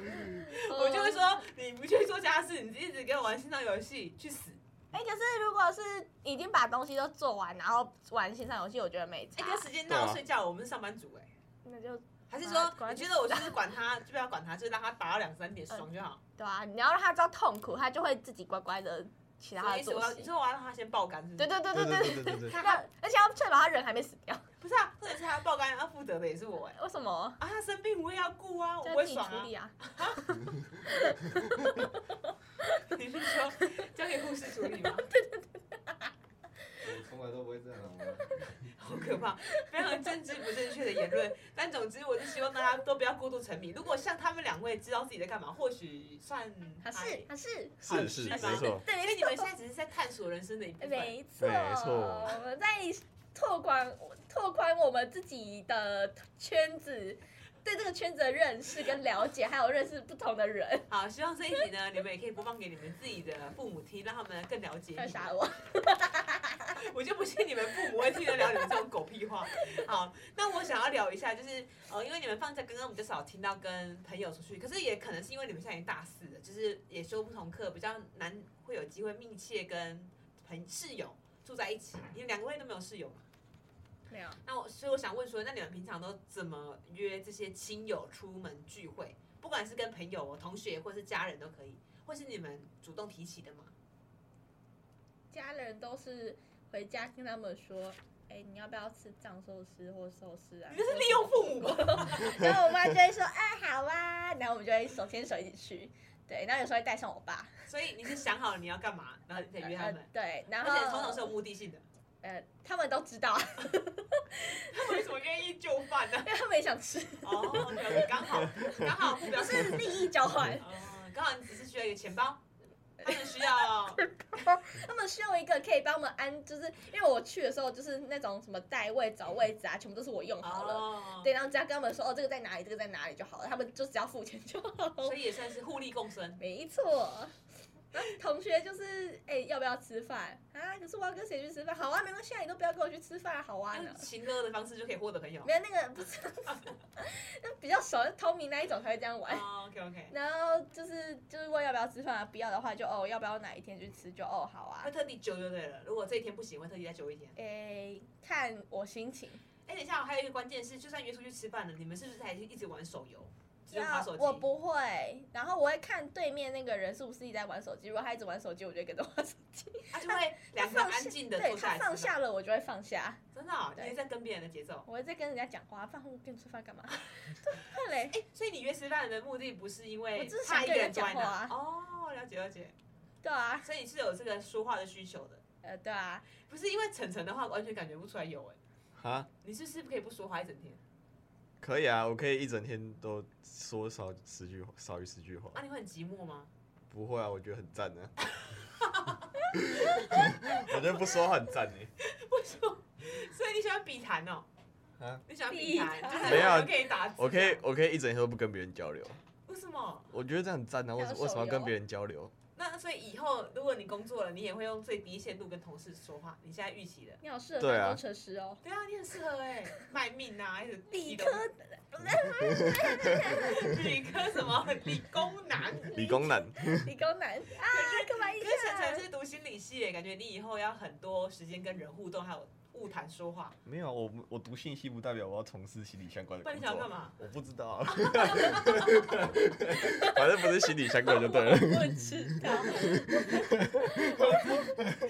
我就会说，你不去做家事，你一直给我玩线上游戏，去死！哎、可是如果是已经把东西都做完，然后玩线上游戏，我觉得没哎、差。跟时间到睡觉，我们是上班族哎、那就还是说你觉得我就是啊管他，就不要管他，就让他打到两三点爽就好？对啊，你要让他知道痛苦，他就会自己乖乖的其什他么的意思？我做要事你。说我要嗯让他先爆肝是不对是？对对对对对对对对，他让他而且要确保他人还没死掉。不是啊，或者是他爆肝，要负责的也是我哎、为什么？啊，他生病我也要顾啊，我就不要会自己爽处啊！理啊。 你是说交给护士处理吗？我从来都不会这样啊。好可怕，非常政治不正确的言论。但总之，我是希望大家都不要过度沉迷。如果像他们两位知道自己在干嘛，或许算他是还他是，是是是吧没错。对，因哎为你们现在只是在探索人生的一部分。 没错，没错我们在拓宽拓宽我们自己的圈子，对这个圈子的认识跟了解，还有认识不同 的人。好，希望这一集呢，你们也可以播放给你们自己的父母听，让他们更了解要 你。杀我？ 我就不信你们父母会听得了你们这种狗屁话。好，那我想要聊一下，就是呃，因为你们放假刚刚我们就少听到跟朋友出去，可是也可能是因为你们现在已经大四了，就是也修不同课，比较难会有机会密切跟朋室友住在一起。你们两位都没有室友嘛？没有，那我所以我想问说，那你们平常都怎么约这些亲友出门聚会？不管是跟朋友、哦同学或是家人都可以，或是你们主动提起的吗？家人都是回家跟他们说。哎、你要不要吃藏寿司或寿司啊？你这是利用父母吧？然后我妈就会说：“啊，好啊。”然后我们就会手牵手一起去。对，然后有时候会带上我爸。 所以你是想好你要干嘛，然后你才约他呃们。对，然后而且通常是有嗯目的性的，呃，他们都知道， 他们为什么愿意就范呢？因为他们也想吃，哦，OK，刚 好刚好目标不是利益交换，哦，刚好你只是需要一个钱包，他们 需要 哦他们需要一个可以帮我们安，就是因为我去的时候就是那种什么带位、找位置啊，全部都是我用好了。哦，对，然后只要跟他们说哦，这个在哪里，这个在哪里就好了，他们就只要付钱就好了。所以也算是互利共生。没错，然后同学就是哎、要不要吃饭啊？可是我要跟谁去吃饭？好啊，没关系，啊，你都不要跟我去吃饭，好啊呢用。情歌的方式就可以获得朋友。没有那个不是， 那比较熟，透明那一种才会这 样玩。哦，OK OK，然后就是就是问要不要吃饭啊，不要的话就哦，要不要哪一天去吃就哦，好啊会。特地揪就对了。如果这一天不行，会特地再揪一天。诶、哎看我心情。哎，等一下，我还有一个关键是，就算约出去吃饭了，你们是不是还是一直玩手游？只有要玩手机？我不会，然后我会看对面那个人是不是一直在玩手机。如果他一直玩手机，我就会跟着玩手 机。他啊就会两个放安下静的对坐下他来放吃饭。下了，我就会放下。真的哦，你对也在跟别人的节奏。我会在跟人家讲话，放我跟你吃 饭干嘛？对嘞，哎，所以你约吃饭的目的不是因我为就是怕想一跟个人人坐在讲话那啊哦，了解了解。对啊，所以你是有这个说话的需求的，呃，对啊，不是因为晨晨的话完全感觉不出来有哎，啊，你是不是可以不说话一整天？可以啊，我可以一整天都说少十句话，少于十句话啊，。你会很寂寞吗？不会啊，我觉得很赞呢、啊。 我觉得不说话很赞欸呢、所以你喜欢笔谈哦？啊，你喜欢笔谈，笔就谈是没有啊两个人可以打字。啊我可以，，我可以一整天都不跟别人交流，为什么？我觉得这样很赞呢、啊。为什还有为什么要手游跟别人交流？那所以以后如果你工作了，你也会用最低限度跟同事说话。你现在预期的，你好适合对当啊工程师哦。对啊，你很适合哎、卖命啊，还是理科科理科什么理工男？理工男，理工男啊，干嘛一可下是？晨晨是读心理系耶，感觉你以后要很多时间跟人互动，还有物谈说话。没有啊，我我读信息不代表我要从事心理相关的不然工你想作啊。要干嘛？我不知 道啊，反正不是心理相关就对了。不 知道。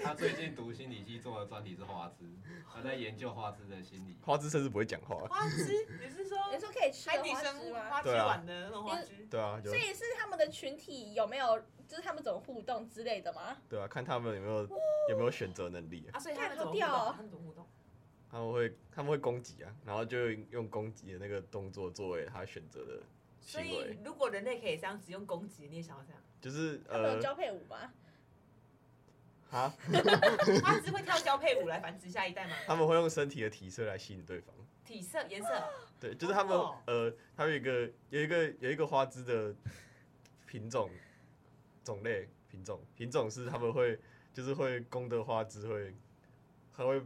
他最近读心理系做的专题是花枝，他在研究花枝的心理。花枝甚至不会讲话，花枝，你是说你说可以吃海的底花生枝物吗？花啊枝碗的那种花枝？对啊，就所以是他们的群体有没有，就是他们怎么互动之类的吗？对啊，看他们有没有有没有选择能力啊、啊，所以他们怎么互干好动？屌哦他们怎么互动？他们会他们会攻击啊，然后就用攻击的那个动作作为他选择的所行为以，如果人类可以这样子用攻击，你也想要这样？就是他们有呃交配舞吗？啊，花枝会跳交配舞来繁殖下一代吗？他们会用身体的体色来吸引对方。体色、颜色，对，就是他们哦呃，他们有一个有一个有一个花枝的品种种类品种品种是他们会就是会公的花枝会，他会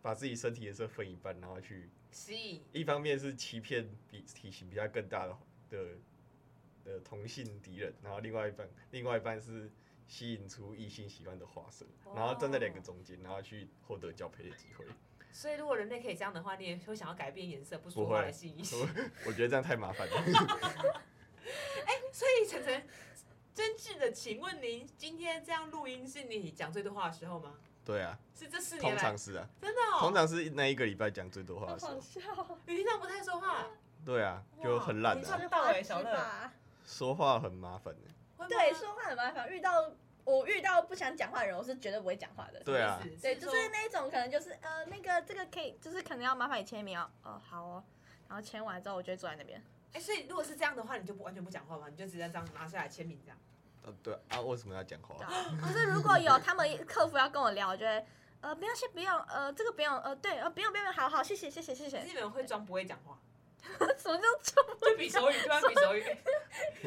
把自己身体颜色分一半，然后去吸引一方面是欺骗比体型比较更大的的的同性敌人，然后另外一半另外一半是吸引出异性喜欢的花色，然后站在两个哦中间，然后去获得交配的机会。 所以，如果人类可以这样的话，你也会想要改变颜色，不说不会话来吸引异性。我觉得这样太麻烦了。 所以，晨晨，真挚的，请问您今天这样录音是你讲最多话的时候吗？对啊，是这四年通来常是啊。真的通哦，常是那一个礼拜讲最多话好的时好候，笑，哦你平常不太说话，对啊，哇就很懒你哦啊上，到欸小乐乐。说话很麻烦欸的。会吗对，说话很麻烦。遇到我遇到不想讲话的人，我是绝对不会讲话的。对啊什么意思对，就说是那种可能就是呃，那个这个可以，就是可能要麻烦你签名哦。哦，好哦。然后签完之后，我就会坐在那边。哎，所以如果是这样的话，你就不完全不讲话吗？你就直接这样拿下来签名这样？呃，对啊啊，为什么要讲话？哦可啊是如果有他们客服要跟我聊，我就会呃，不要先不用，呃，这个不用，呃，对，呃，不用不用，不用好好，谢谢谢谢谢谢可是。你们会装不会讲话， 什么叫做就比手语，对啊方比手 语，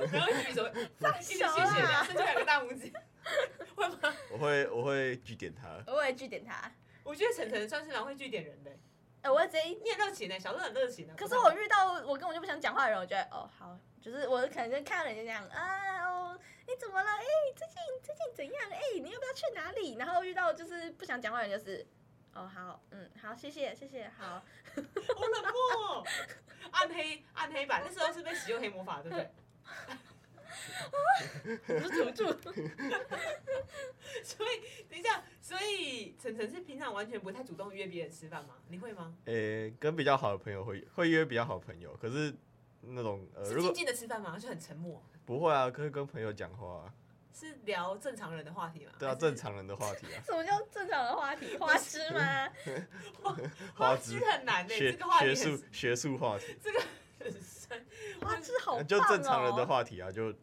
然后一直比手语，放一直谢手谢这样，啊？伸出两个大拇指， 会吗？我会我会据点他，我会据点他，我觉得晨晨算是蛮会据点人的，呃，我会直接。你很热情的，欸小乐很热情的。啊可是我遇到我根本就不想讲话的人，我觉得哦好，就是我可能就看到人家这样啊哦，你怎么了？哎、最近最近怎样？哎、你要不要去哪里？然后遇到就是不想讲话的人，就是哦好，嗯好，谢谢谢谢， 好，好冷漠、哦， 暗黑暗黑版那时候是被使用黑魔法，对不对？我就土著， 所以等一下，所以晨晨是平常完全不太主动约别人吃饭吗？你会吗？诶、跟比较好的朋友会会约比较好的朋友，可是那种呃，是如静果静的吃饭吗？就很沉默，不会啊，可以跟朋友讲话、啊，是聊正常人的话题吗？对啊，还是正常人的话题 啊，什么叫正常的话 题？花痴吗？花花枝枝很难呢、学这个话题学很术学术话题，啊很深。花痴好棒哦，就正常人的话题啊，就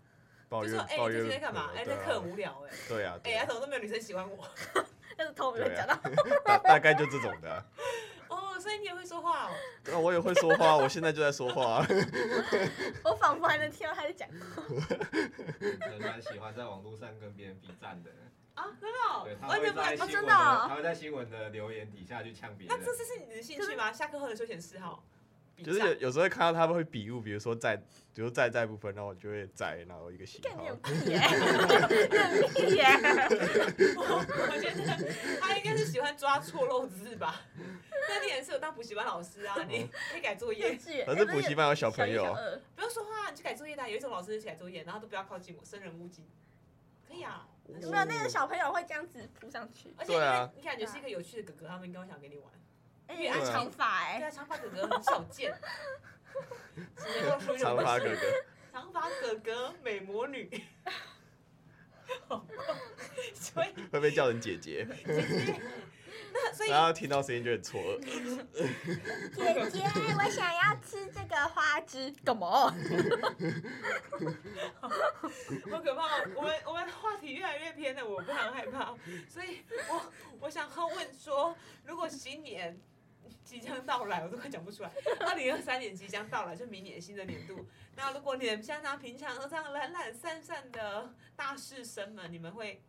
抱就怨说哎、抱你最近在怨干嘛？朋哎、友那课很对啊无聊哎、对啊，哎、对呀，啊怎么都没有女生喜欢我？但是同人讲到大大概就这种的啊、哦，所所以你也会说话哦。那我也会说话，我现在就在说话。啊我仿佛还能听到他在讲话。很蛮喜欢在网络上跟别人比赞的，啊，真的哦对，，他完会全不敢在新想闻哦真的，的哦他会在新闻的留言底下去呛别那人。这这是你的兴趣吗？下课后的休闲嗜好？比就是赛 有有时候会看到他们会比物，比如说在，比如在在部分，然后我就会在，然后一个喜干好你。有屁耶、你 有屁耶、我我觉得他应该是喜欢抓错漏字吧。那你很适合当补习班老师啊，嗯你可以改作幼业，稚园。可是补习班有小小朋一、小友，啊二，不用说话，你去改作业的啊。有一种老师是改作业，然后都不要靠近我，生人勿近。可以啊，哦很有适没合有那个小朋友会这样子扑上去？而且你对看啊你感觉是一个有趣的哥哥，他们应该会想跟你玩。哎、对欸，啊是长发哎、对啊，长发哥哥很少 见，只能够属于一种长发哥哥，长发哥哥美魔女。 好棒所以会被叫成姐姐，那所以然后听到声音就很错愕。姐姐，我想要吃这个花枝，干嘛？好可怕！哦我们我们话题越来越偏了，我非常害怕。所以我我想要问说，如果新年即将到来，我都快讲不出来。二零二三年即将到来，就明年新的年度。那如果你们像他平常都这样懒懒散散的大士生们，你们会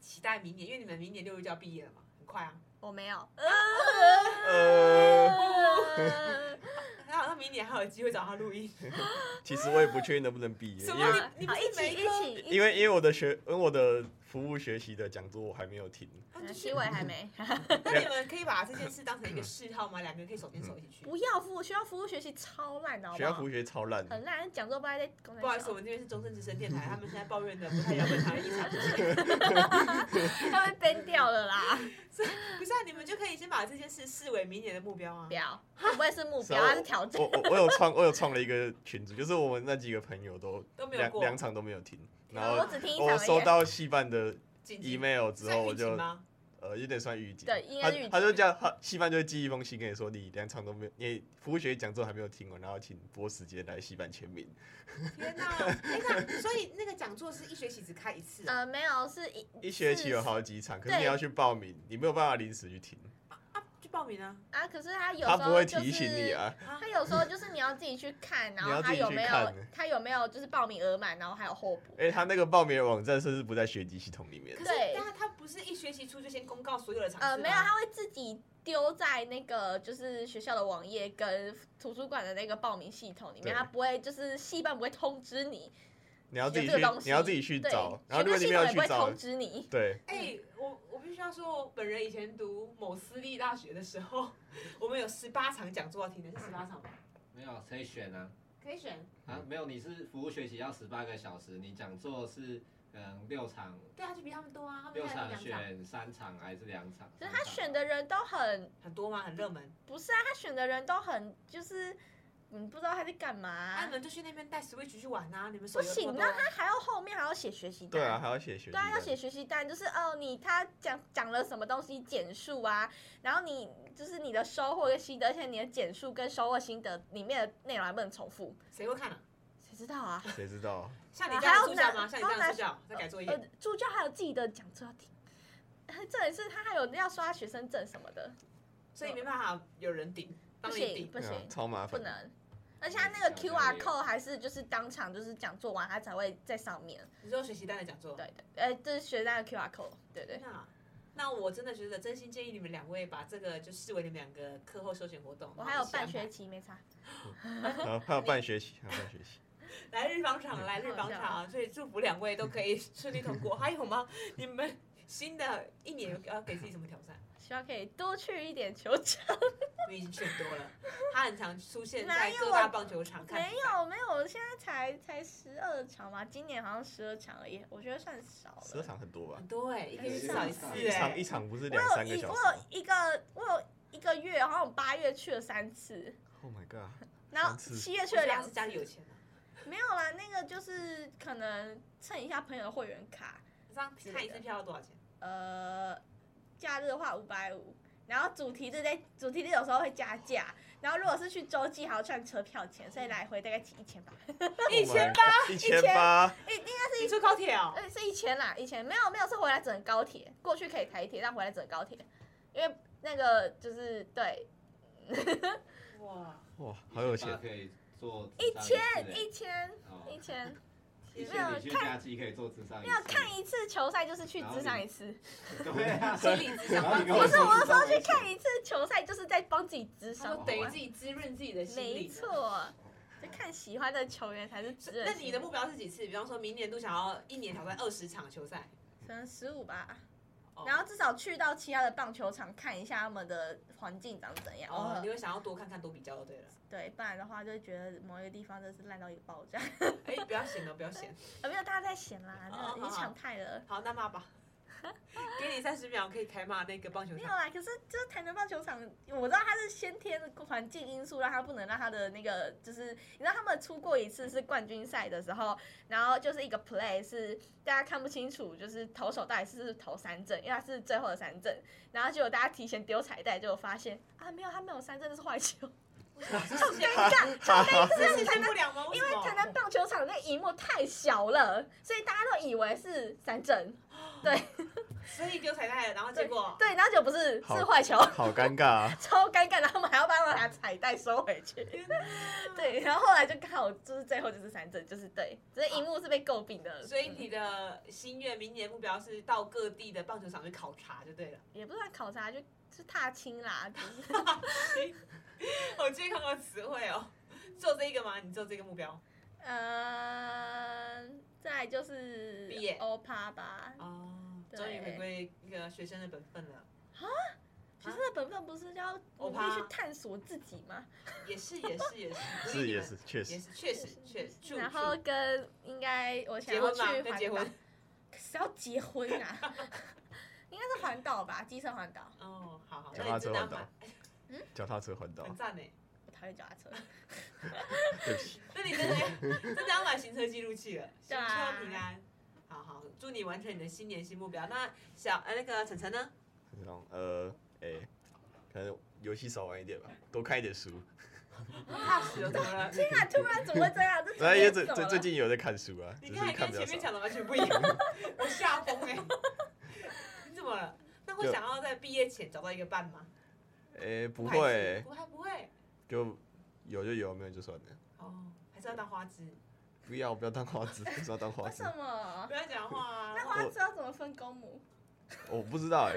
期待明年？因为你们明年六月就要毕业了嘛，很快啊。我没有。呃，呃那好像明年还有机会找他录音。其实我也不确定能不能毕业，什因么为好，你你不好是一起没一起，一起因为因为我的学，因为我的服务学习的讲座我还没有听，那就其是实我也呃还没。那你们可以把这件事当成一个嗜好吗？两个人可以手牵手一起去。不要服务，学校服务学习超烂的，好学不校服好务？学习超烂，很烂，讲座不爱在公不好意思，我小，们这边是中正之声电 台，他们现在抱怨的不太了解他的异常。要被 ban 掉了啦！不是啊，你们就可以先把这件事视为明年的目标啊不。要，不会是目所以标，我它是挑战我。我我有创我有创了一个群组，就是我们那几个朋友都都没有两过两场都没有听，然我后只哦听一场而我已。收到戏办的紧急 email 之后，算我预警就吗？呃有点算预警，对应该是预警他他就叫他戏办就会寄一封信跟你说，你两场都没有，你服务学习讲座还没有听哦完，然后请拨时间来戏办签名。天 哪！哎，那所以那个讲座是一学期只开一次啊？呃，没有，是一一学期有是好几场，可是对你要去报名，你没有办法临时去听，啊，去报名啊！啊，可是他有他时不候会就是提醒你啊。他有时候就是你要自己去看，然你后要他自己有去没有看他有没有就是报名额满，然后还有候补。哎，他那个报名的网站甚至不在学籍系统里面可，是对但他不是一学期初就先公告所有的场次吗呃，没有，他会自己丢在那个就是学校的网页跟图书馆的那个报名系统里对面，他不会就是系办不会通知你你要自己有去这个东，西，你要自己去对找，然后如果学校你没有去系统也不会找通，知你。对，哎、我我必须要说，我本人以前读某私立大学的时候， 我们有十八场讲座要听的，是十八场吗？没有可以选啊可以选。啊，没有，你是服务学习要十八个小时，你讲座是嗯六哦场，对啊，就比他们多啊，他们六现在有场两场，选三场还是两场？可是三他嗯场选的人都很很多吗？很热门。不是啊，他选的人都很就是嗯不知道他在干嘛、啊，你们就去那边带 Switch 去玩啊！你们手不游这么行，多那他还要后面还要写学习单。对啊，还要写学籍对啊，要写的，学习单，就是哦，你他讲讲了什么东西，简述啊，然后你就是你的收获跟心得，而且你的简述跟收获心得里面的内容还不能重复，谁会看啊？谁知道啊？谁知道啊？像你这样的助教还要吗？拿像你这样的助教在改作呃业，，助教还有自己的讲座要听，这也是他还有要刷学生证什么的，所以没办法有人顶，不帮你行顶。不对啊行超麻不烦。能。而且他那个小朋 QR 友 code 还是就是当场就是讲座完，他才会在上面。你说学习单的讲座，对对，呃，这是学生的 QR code，对对。那那我真的觉得，真心建议你们两位把这个就视为你们两个课后休闲活动。我还有好半学，一起期没差，然后 还有半学期，还有半学期，安排来日方嗯长，来日方啊长。啊所以祝福两位都可以顺利通 过。还有吗？你们新的一年要给自己什么挑战？希望可以多去一点球场。你已经选多了，他很常出现哪在有各大棒球场看。没有没有，我现在才才十二场嘛，今年好像十二场而已，我觉得算少了。十二场很多吧很？多哎，一个月对至少一次对一场哎一。场不是我两有三个一小我时有一个我有一个月，好像我八月去了三次， ？Oh my god！然后三次七月去了两是次。家里有钱啊，没有啦，那个就是可能蹭一下朋友的会员卡，这样看一次票要多少钱？呃，假日的话五百五。然后主题日在主题日有时候会加价，然后如果是去洲际还要赚车票钱，所以来回大概一千八， 一千八，八，一千八，你坐高铁哦。哎，是一千啦，一千没有没有是回来整高铁，过去可以台铁，但回来整高铁，因为那个就是对，哇，哇，好有钱1800！可以做一千一一千一欸哦，千，一没有千你去加基可以做智商一次，没有看一次球赛就是去智商一次，对 啊，心理智商帮助，不不是我是说去看一次球赛就是在帮自己智他商们，等于自己滋润自己的心理。没。错，就看喜欢的球员才是智人。那你的目标是几次？比方说明年度想要一年挑战二十场球赛，可能十五吧哦。然后至少去到其他的棒球场看一下他们的环境长怎样。哦，你会想要多看看、多比较就对了。对，不然的话就会觉得某一个地方真是烂到一个爆炸。 哎，不要闲了，不要闲。啊，没有，大家在闲啦，哦这已经好好常态了。好，那骂吧，给你三十秒可以开骂那个棒球没有场。啦，可是就是台南棒球场，我知道它是先天的环境因素，让它不能让它的那个，就是你知道他们出过一次是冠军赛的时候，然后就是一个 play 是大家看不清楚，就是投手到底是不是投三振，因为它是最后的三振，然后结果大家提前丢彩带，结果发现啊没有，他没有三振，这是坏球，超 尴干，超悲这样这你是太台不南。了吗？为因什为么台南棒球场那荧幕太小了，所以大家都以为是三振，所以丢彩带了，然后结果对，然后就不是，好是坏球。好尴尬啊！超尴尬，然后我们还要帮他把彩带收回 去。对，然后后来就刚好就是最后就是三振，就是对，只是荧幕是被诟病的，所以你的心愿明年目标是到各地的棒球场去考察就对 了。嗯也不算考察，就是踏青啦，就是 我最近看过词汇哦，做这个吗？你做这个目标嗯、再来就是毕业欧趴吧。哦，对终于回归一个学生的本分了。其实本分不是要努欧力趴去探索自己吗？也是也是 也是，所以是你也们是，确也实是确实确实。然后跟应该我结想要婚去吧，环再岛，结婚。可是要结婚啊， 应该是环岛吧，机车环岛。哦，好好，脚那踏你真车的环要岛买，，脚踏车 环岛很，赞呢。我讨厌脚 踏车，对不起，那你真 的真的要买行车记录器了，行对啊车平安。好好，祝你完成你的新年新目标。那小呃那个晨晨呢？然后呃，哎、可能游戏少玩一点吧，多看一点书。怕死了，怎么了？天啊，突然怎么会这 样？这然后也怎最么最了最近有在看书啊，你只刚才是看跟比较前面少讲。的完全不一样， 我吓疯哎！你怎么了？那会就想要在毕业前找到一个伴吗？哎、不排斥会、不还不会就有就有，没有就算了。哦，还是要当花枝，不要不要当花枝，不知道当花为枝什，么不？要讲话啊哦那！花枝要怎么分公母？我不知道哎、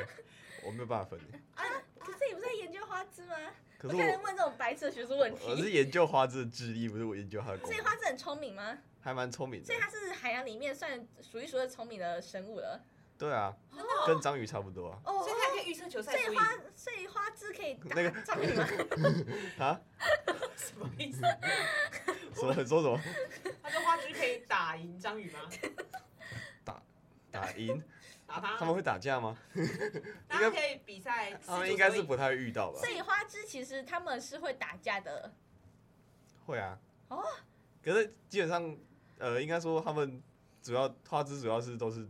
我没有办法分哎、可是你不是在研究花枝吗？可是我看人我问这种白痴的学术问我是题。研究花枝的智力，不是我研究它的功所以能，花枝很聪明吗？还蛮聪明的所以。它是海洋里面算数一数二聪明的生物了。对啊，哦跟章鱼差不多啊。哦所以他可以预测球赛所以输赢，花，所以花枝可以打那个仗吗？啊，什么意思？什么说 什么他说花枝可以打赢章鱼吗？打赢？打他他们，会打架吗？那他可以比赛四组他所哦以，们应该是不太会遇到吧所？以花枝其实他们是会打架的。会啊。哦。可是基本上，呃，应该说他们主要花枝主要是都是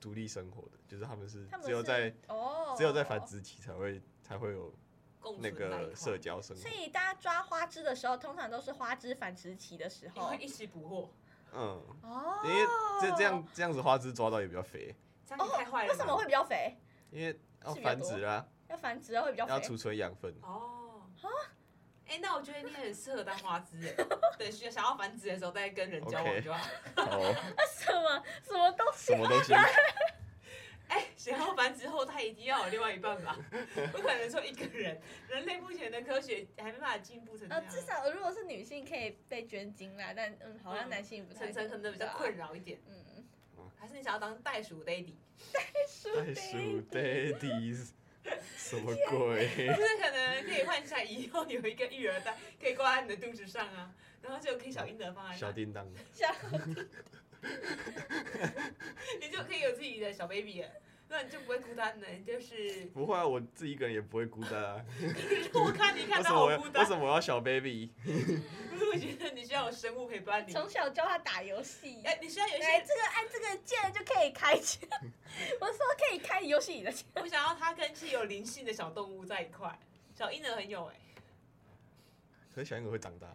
独立生活的，就是他们是他们只有是在哦，只有在繁。殖期才会才会有共那存在一个块社，交生活所。以大家抓花枝的时候，通常都是花枝繁殖期的时你候会。一起捕获嗯，哦。因为这这样这样子花枝抓到也比较肥，章鱼太坏了吧，哦为什么会比较肥？因为要是比较繁多殖啦，要繁殖的啊会比较要 肥。储存养分。哦，啊哎、那我觉得你很适合当花枝哎，等需要想要繁殖的时候再跟人交往 OK 就好。哦，什么什么东西什？么 东西？哎、想要繁殖后代一定要有另外一半 吧？不可能说一个人，人类目前的科学还没办法进步成这呃，样。至少如果是女性可以被捐精啦，但嗯，好像男性不太晨晨可能比较困。扰一点，嗯，还是你想要当袋鼠 daddy？袋鼠 daddies，什么鬼？就是可能可以幻想以后有一个育儿袋可以挂在你的肚子上 啊，然后就可以小婴儿放在小那，叮当，像你就可以有自己的小 baby 了。那你就不会孤单了，你 就是不会啊，我自己一个人也不会孤单啊。我看你 看为什到么我好要孤为单什，么我要小 baby？不是我觉得你需要有生物陪伴你。从小教他打游戏。哎、你需要有一哎，些，这个按这个键就可以开机。 我说可以开游戏里的键。我想要它跟是有灵性的小动物在一块，小婴儿很有哎、可是小婴儿会长大。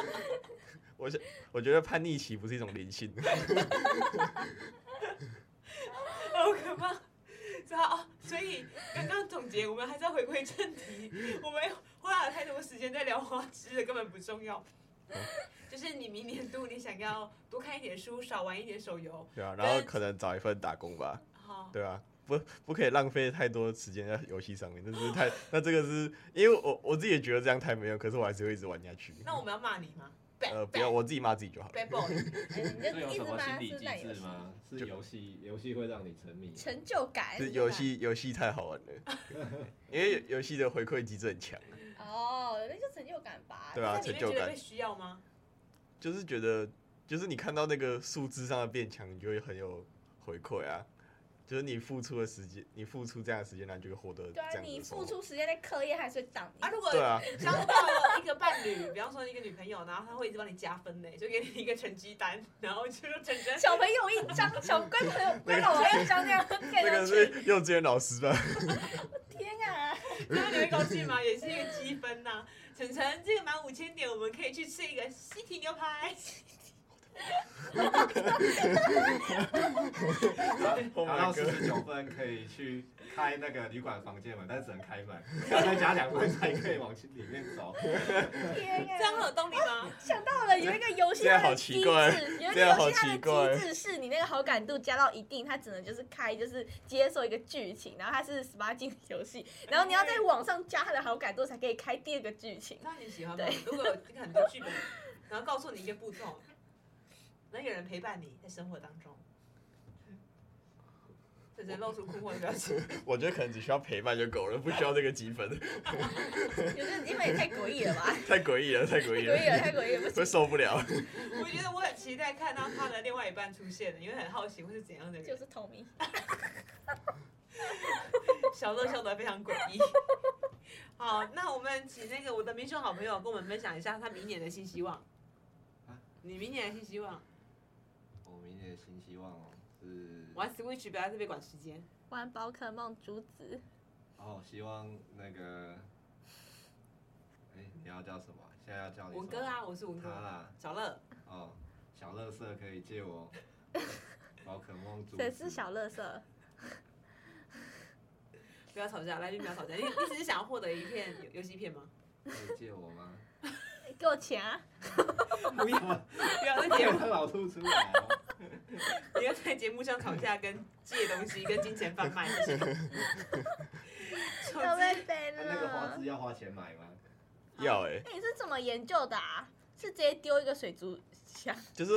我觉我觉得叛逆期不是一种灵性， 好可怕！知道哦，所以刚刚总结，我们还是要回归正题，我们花了太多时间在聊花痴了，根本不重要。就是你明年度你想要多看一点书，少玩一点手游，对啊，然后可能找一份打工吧，好，对啊，不不可以浪费太多时间在游戏上面，那是太 那这个是因为我我自己也觉得这样太没有，可是我还是会一直玩下去。那我们要骂你吗？呃，不要我自己骂自己就好了。 bad boy，你这有就一什直么骂心是理机烂游制戏，吗？是游戏，游戏会让你沉迷吗。 成就感是游戏游戏太好玩了， 因为游游戏的回馈机制很强，哦，那就成就感吧。对啊那你会觉成就得感被需要吗？就是觉得就是你看到那个数字上的变强，你就会很有回馈啊。就是你付出的时间，你付出这样的时间，那你就会获得这对样啊，的你收付获出时间在课业还是会挡你啊，。如果对啊，交到了一个伴侣，比方说一个女朋友，然后她会一直帮你加分呢，就给你一个成绩单，然后就说成绩单小朋友一张，小乖 朋友乖老王一张这样盖那上个去，是幼稚园老师吧？ 天啊！然后你会高兴吗？ 也是一个积分呐、晨晨，这个满五千点，我们可以去吃一个西提牛排。 Oh 拿 my 到 god 四十九分可以去开那个旅馆房间门，但是只能开门， 要再加两分才可以往里面走。天这样很啊！有动力吗？想到了有一个游戏，它的机制，这样好奇有一这个样好游戏它奇怪的机制是你那个好感度加到一定，它只能就是开就是接受一个剧情，然后它是十八禁的游戏，然后你要在网上加它的好感度才可以开第二个剧情。 那你喜欢吗？如果有很多剧本，然后告诉你一个步骤，能有人陪伴你在生活当中。晨晨露出困惑的表情。我觉得可能只需要陪伴就够了，不需要这个积分，有这因为也太诡异了吧？太诡异了，太诡太异 诡异了，了，太诡异了，不我行。受不了。我觉得我很期待看到他的另外一半出现，因为很好奇会是怎样的人。就是 Tommy，小乐笑得非常诡 异。好，那我们请那个我的民雄好朋友跟我们分享一下他明年的新希望啊。你明年的新希望我明年的新希望哦是，玩 Switch 不要特别管时间，玩宝可梦竹子，哦，希望那个，哎、你要叫什么？现在要叫你什文么哥啊，我是文他哥，啦，小乐，哦，小乐色可以借 我宝可梦主。谁是小乐色？不要吵架，来宾不要吵 架，你你只是想要获得一片游游戏片吗？可以借 我吗？给我钱啊！不要，不要在不节要目，让老吐出来 哦。不要在节目上吵架，跟借东西，跟金钱贩卖。 总要被之，飞那那个花了枝。要花钱买吗？ 要哎、哎你是怎么研究的啊？是直接丢一个水族箱？就是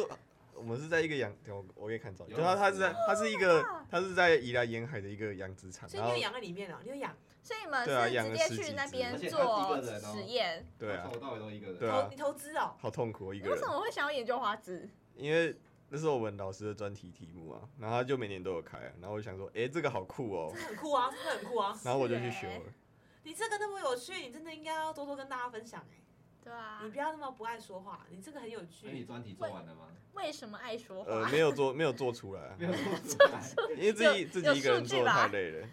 我们是在一个养，我我给你看照片，有就它它是在它是一个啊它是在宜兰沿海的一个养殖场，所以然你后有养在里面啊，你有养，所以你们对啊是养直了接十几去那只边而且做他是一个人哦实验？对啊从，头到尾都一个人。对啊投你投资哦，好痛苦哦一你个为人什，么会想要研究花枝？因为那是我们老师的专题题目啊，然后他就每年都有开啊、然后我就想说，哎、这个好酷哦这，很酷啊，这很酷啊，然后我就去耶修了，你这个那么有趣，你真的应该要多多跟大家分享哎。对啊你，不要那么不爱说话，你这个很有那你趣。专题做完了啊吗？为什么爱说呃，话？没有做没有做出来、啊没，有做出 来。因为自己自己有一个人数据做吧太累了，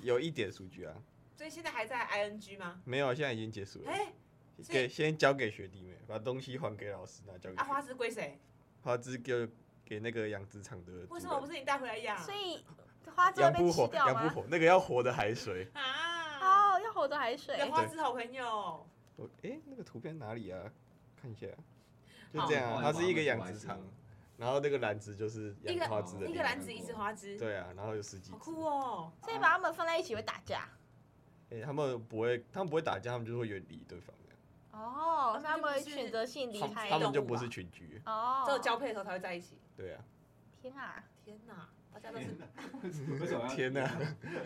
有一点数据啊，所以现在还在 ing 吗？没有，现在已经结束了。哎、所以给先交给学弟妹，把东西还给老师，那交给阿学啊花枝归谁？花枝给给那个养殖场的主为什么不人。是你带回来养？所以花枝会养被不吃活，掉养不吗？活，那个要活的海水。啊，哦，要活的海水有。花枝好朋友，我哎、那个图片哪里啊？看一下，就好这样啊。它是一个养殖我场还，然后那个篮子就是一养个花枝的对一地个方。篮子一只花枝，对啊，然后有十几好只。酷哦。所以把它们放在一起会打架。哎、他们不会，他们不会打架，他们就会远离对方这样哦，所以他们他们会就是选择性离他开他动们就物不啊是群居。哦，只有交配的时候才会在一起。对啊，天啊！天哪，大家都是天哪！为什么要？天哪、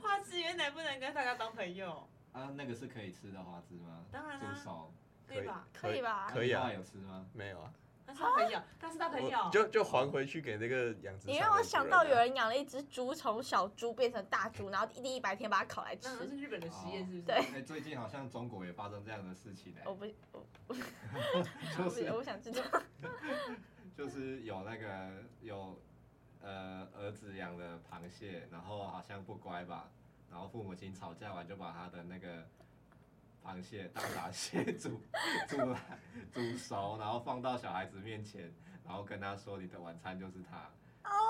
花枝，原来不能跟大家当朋友，啊，那个是可以吃的花枝吗？当然啦啊煮熟。对吧？可以吧？可以啊那你爸有吃吗？没有啊，那是他朋友，那是他朋友我。就就还回去给那个养殖场的主人啊。你让我想到有人养了一只猪，从小猪变成大猪，然后第一百天把它烤来吃那。好像是日本的实验，是不是？对哎、最近好像中国也发生这样的事情哎、欸我不，就我哦不是，是我不想知道。就是有那个有呃儿子养的螃蟹，然后好像不乖吧，然后父母亲吵架完就把他的那个螃蟹大闸蟹 煮煮来煮熟，然后放到小孩子面前，然后跟他说你的晚餐就是它。 哦，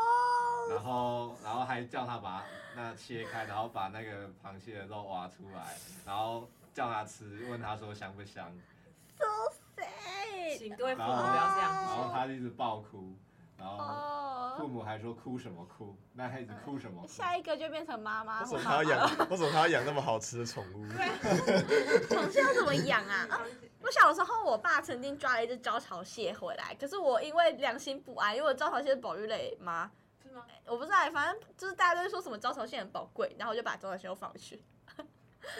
然后然后还叫他把那切开，然后把那个螃蟹的肉挖出来，然后叫他吃，问他说香不香，对，请各位父母不然后要这然后样子。他一直爆哭，然后父哦，母还说哭什么哭，那孩子哭什么呃哭？下一个就变成妈妈为什或么他爸要爸。养？为什么他要养那么好吃的宠 物？螃蟹要怎么养啊？啊我小时候，我爸曾经抓了一只招潮蟹回来，可是我因为良心不安，因为我招潮蟹是保育类嘛，是吗？我不知道，反正就是大家都会说什么招潮蟹很宝贵，然后我就把招潮蟹又放回去。所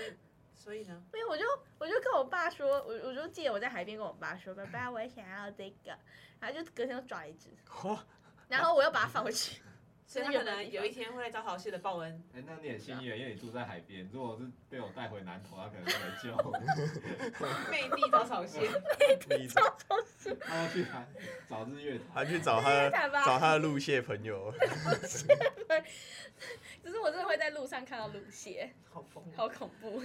以所以呢？因为我就我就跟我爸说，我我就记得我在海边跟我爸说，爸爸，我也想要这个，然后就隔天又抓了一只，哇，然后我又把它放 回去。所以他可能有一天会来招桃蟹的报恩。哎，那你很幸运，因为你住在海边。如果是被我带回南投，他可能就没救了。 内地招桃蟹，你他要去海找日月啊潭。还去找他哎的太棒找他的路蟹朋友，只是我真的会在路上看到鹿蟹， 好疯哦！好恐怖。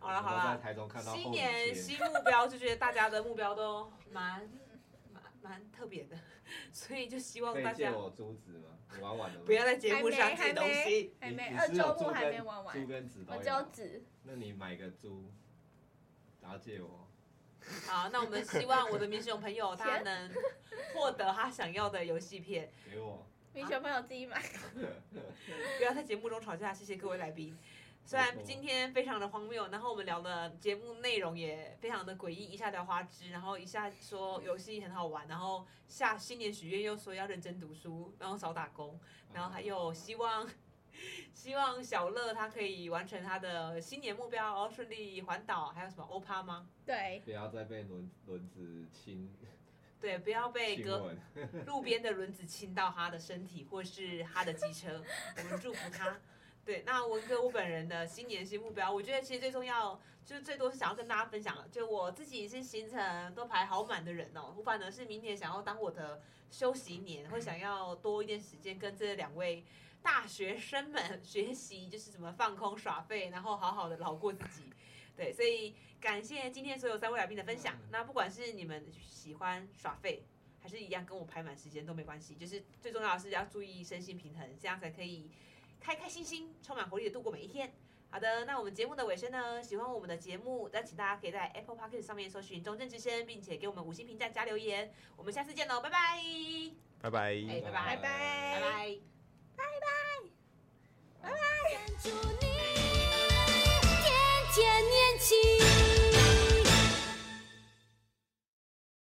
啊好了好我在了，台中看到新后年年新目标，就觉得大家的目标都蛮蛮蛮特别的， 所以就希望可大以借家我珠子吗？你玩完了吗？不要在节目上借还没东西。还你没，你呃，是有周猪末还跟没玩猪完，跟子都我有就吗。只那你买个猪，然后借我。好，那我们希望我的民雄朋 友他天能获得他想要的游戏片，给我，你小朋友自己买。不要在节目中吵架。谢谢各位来宾。虽然今天非常的荒谬，然后我们聊的节目内容也非常的诡异，一下聊花枝，然后一下说游戏很好玩，然后下新年许愿又说要认真读书，然后少打工，然后啊还有希望， 希望小乐他可以完成他的新年目标，然后顺利环岛，还有什么欧趴吗？对，不要再被轮轮子亲对，不要被亲隔吻。路边的轮子亲到他的身体或是他的机车，我们祝福他。对，那文哥我本人的新年新目标，我觉得其实最重要就是最多是想要跟大家分享的，就我自己是行程都排好满的人哦，我反而是明年想要当我的休息年，会想要多一点时间跟这两位大学生们学习，就是怎么放空耍废，然后好好的饶过自己。对，所以感谢今天所有三位来宾的分享。那不管是你们喜欢耍废，还是一样跟我排满时间都没关系，就是最重要的是要注意身心平衡，这样才可以开开心心、充满活力的度过每一天。好的，那我们节目的尾声呢，喜欢我们的节目，那请大家可以在 Apple Podcast 上面搜寻“中正之声”，并且给我们五星评价加留言。我们下次见喽，拜拜，拜拜。哎拜拜拜拜拜拜。祝你天天年轻。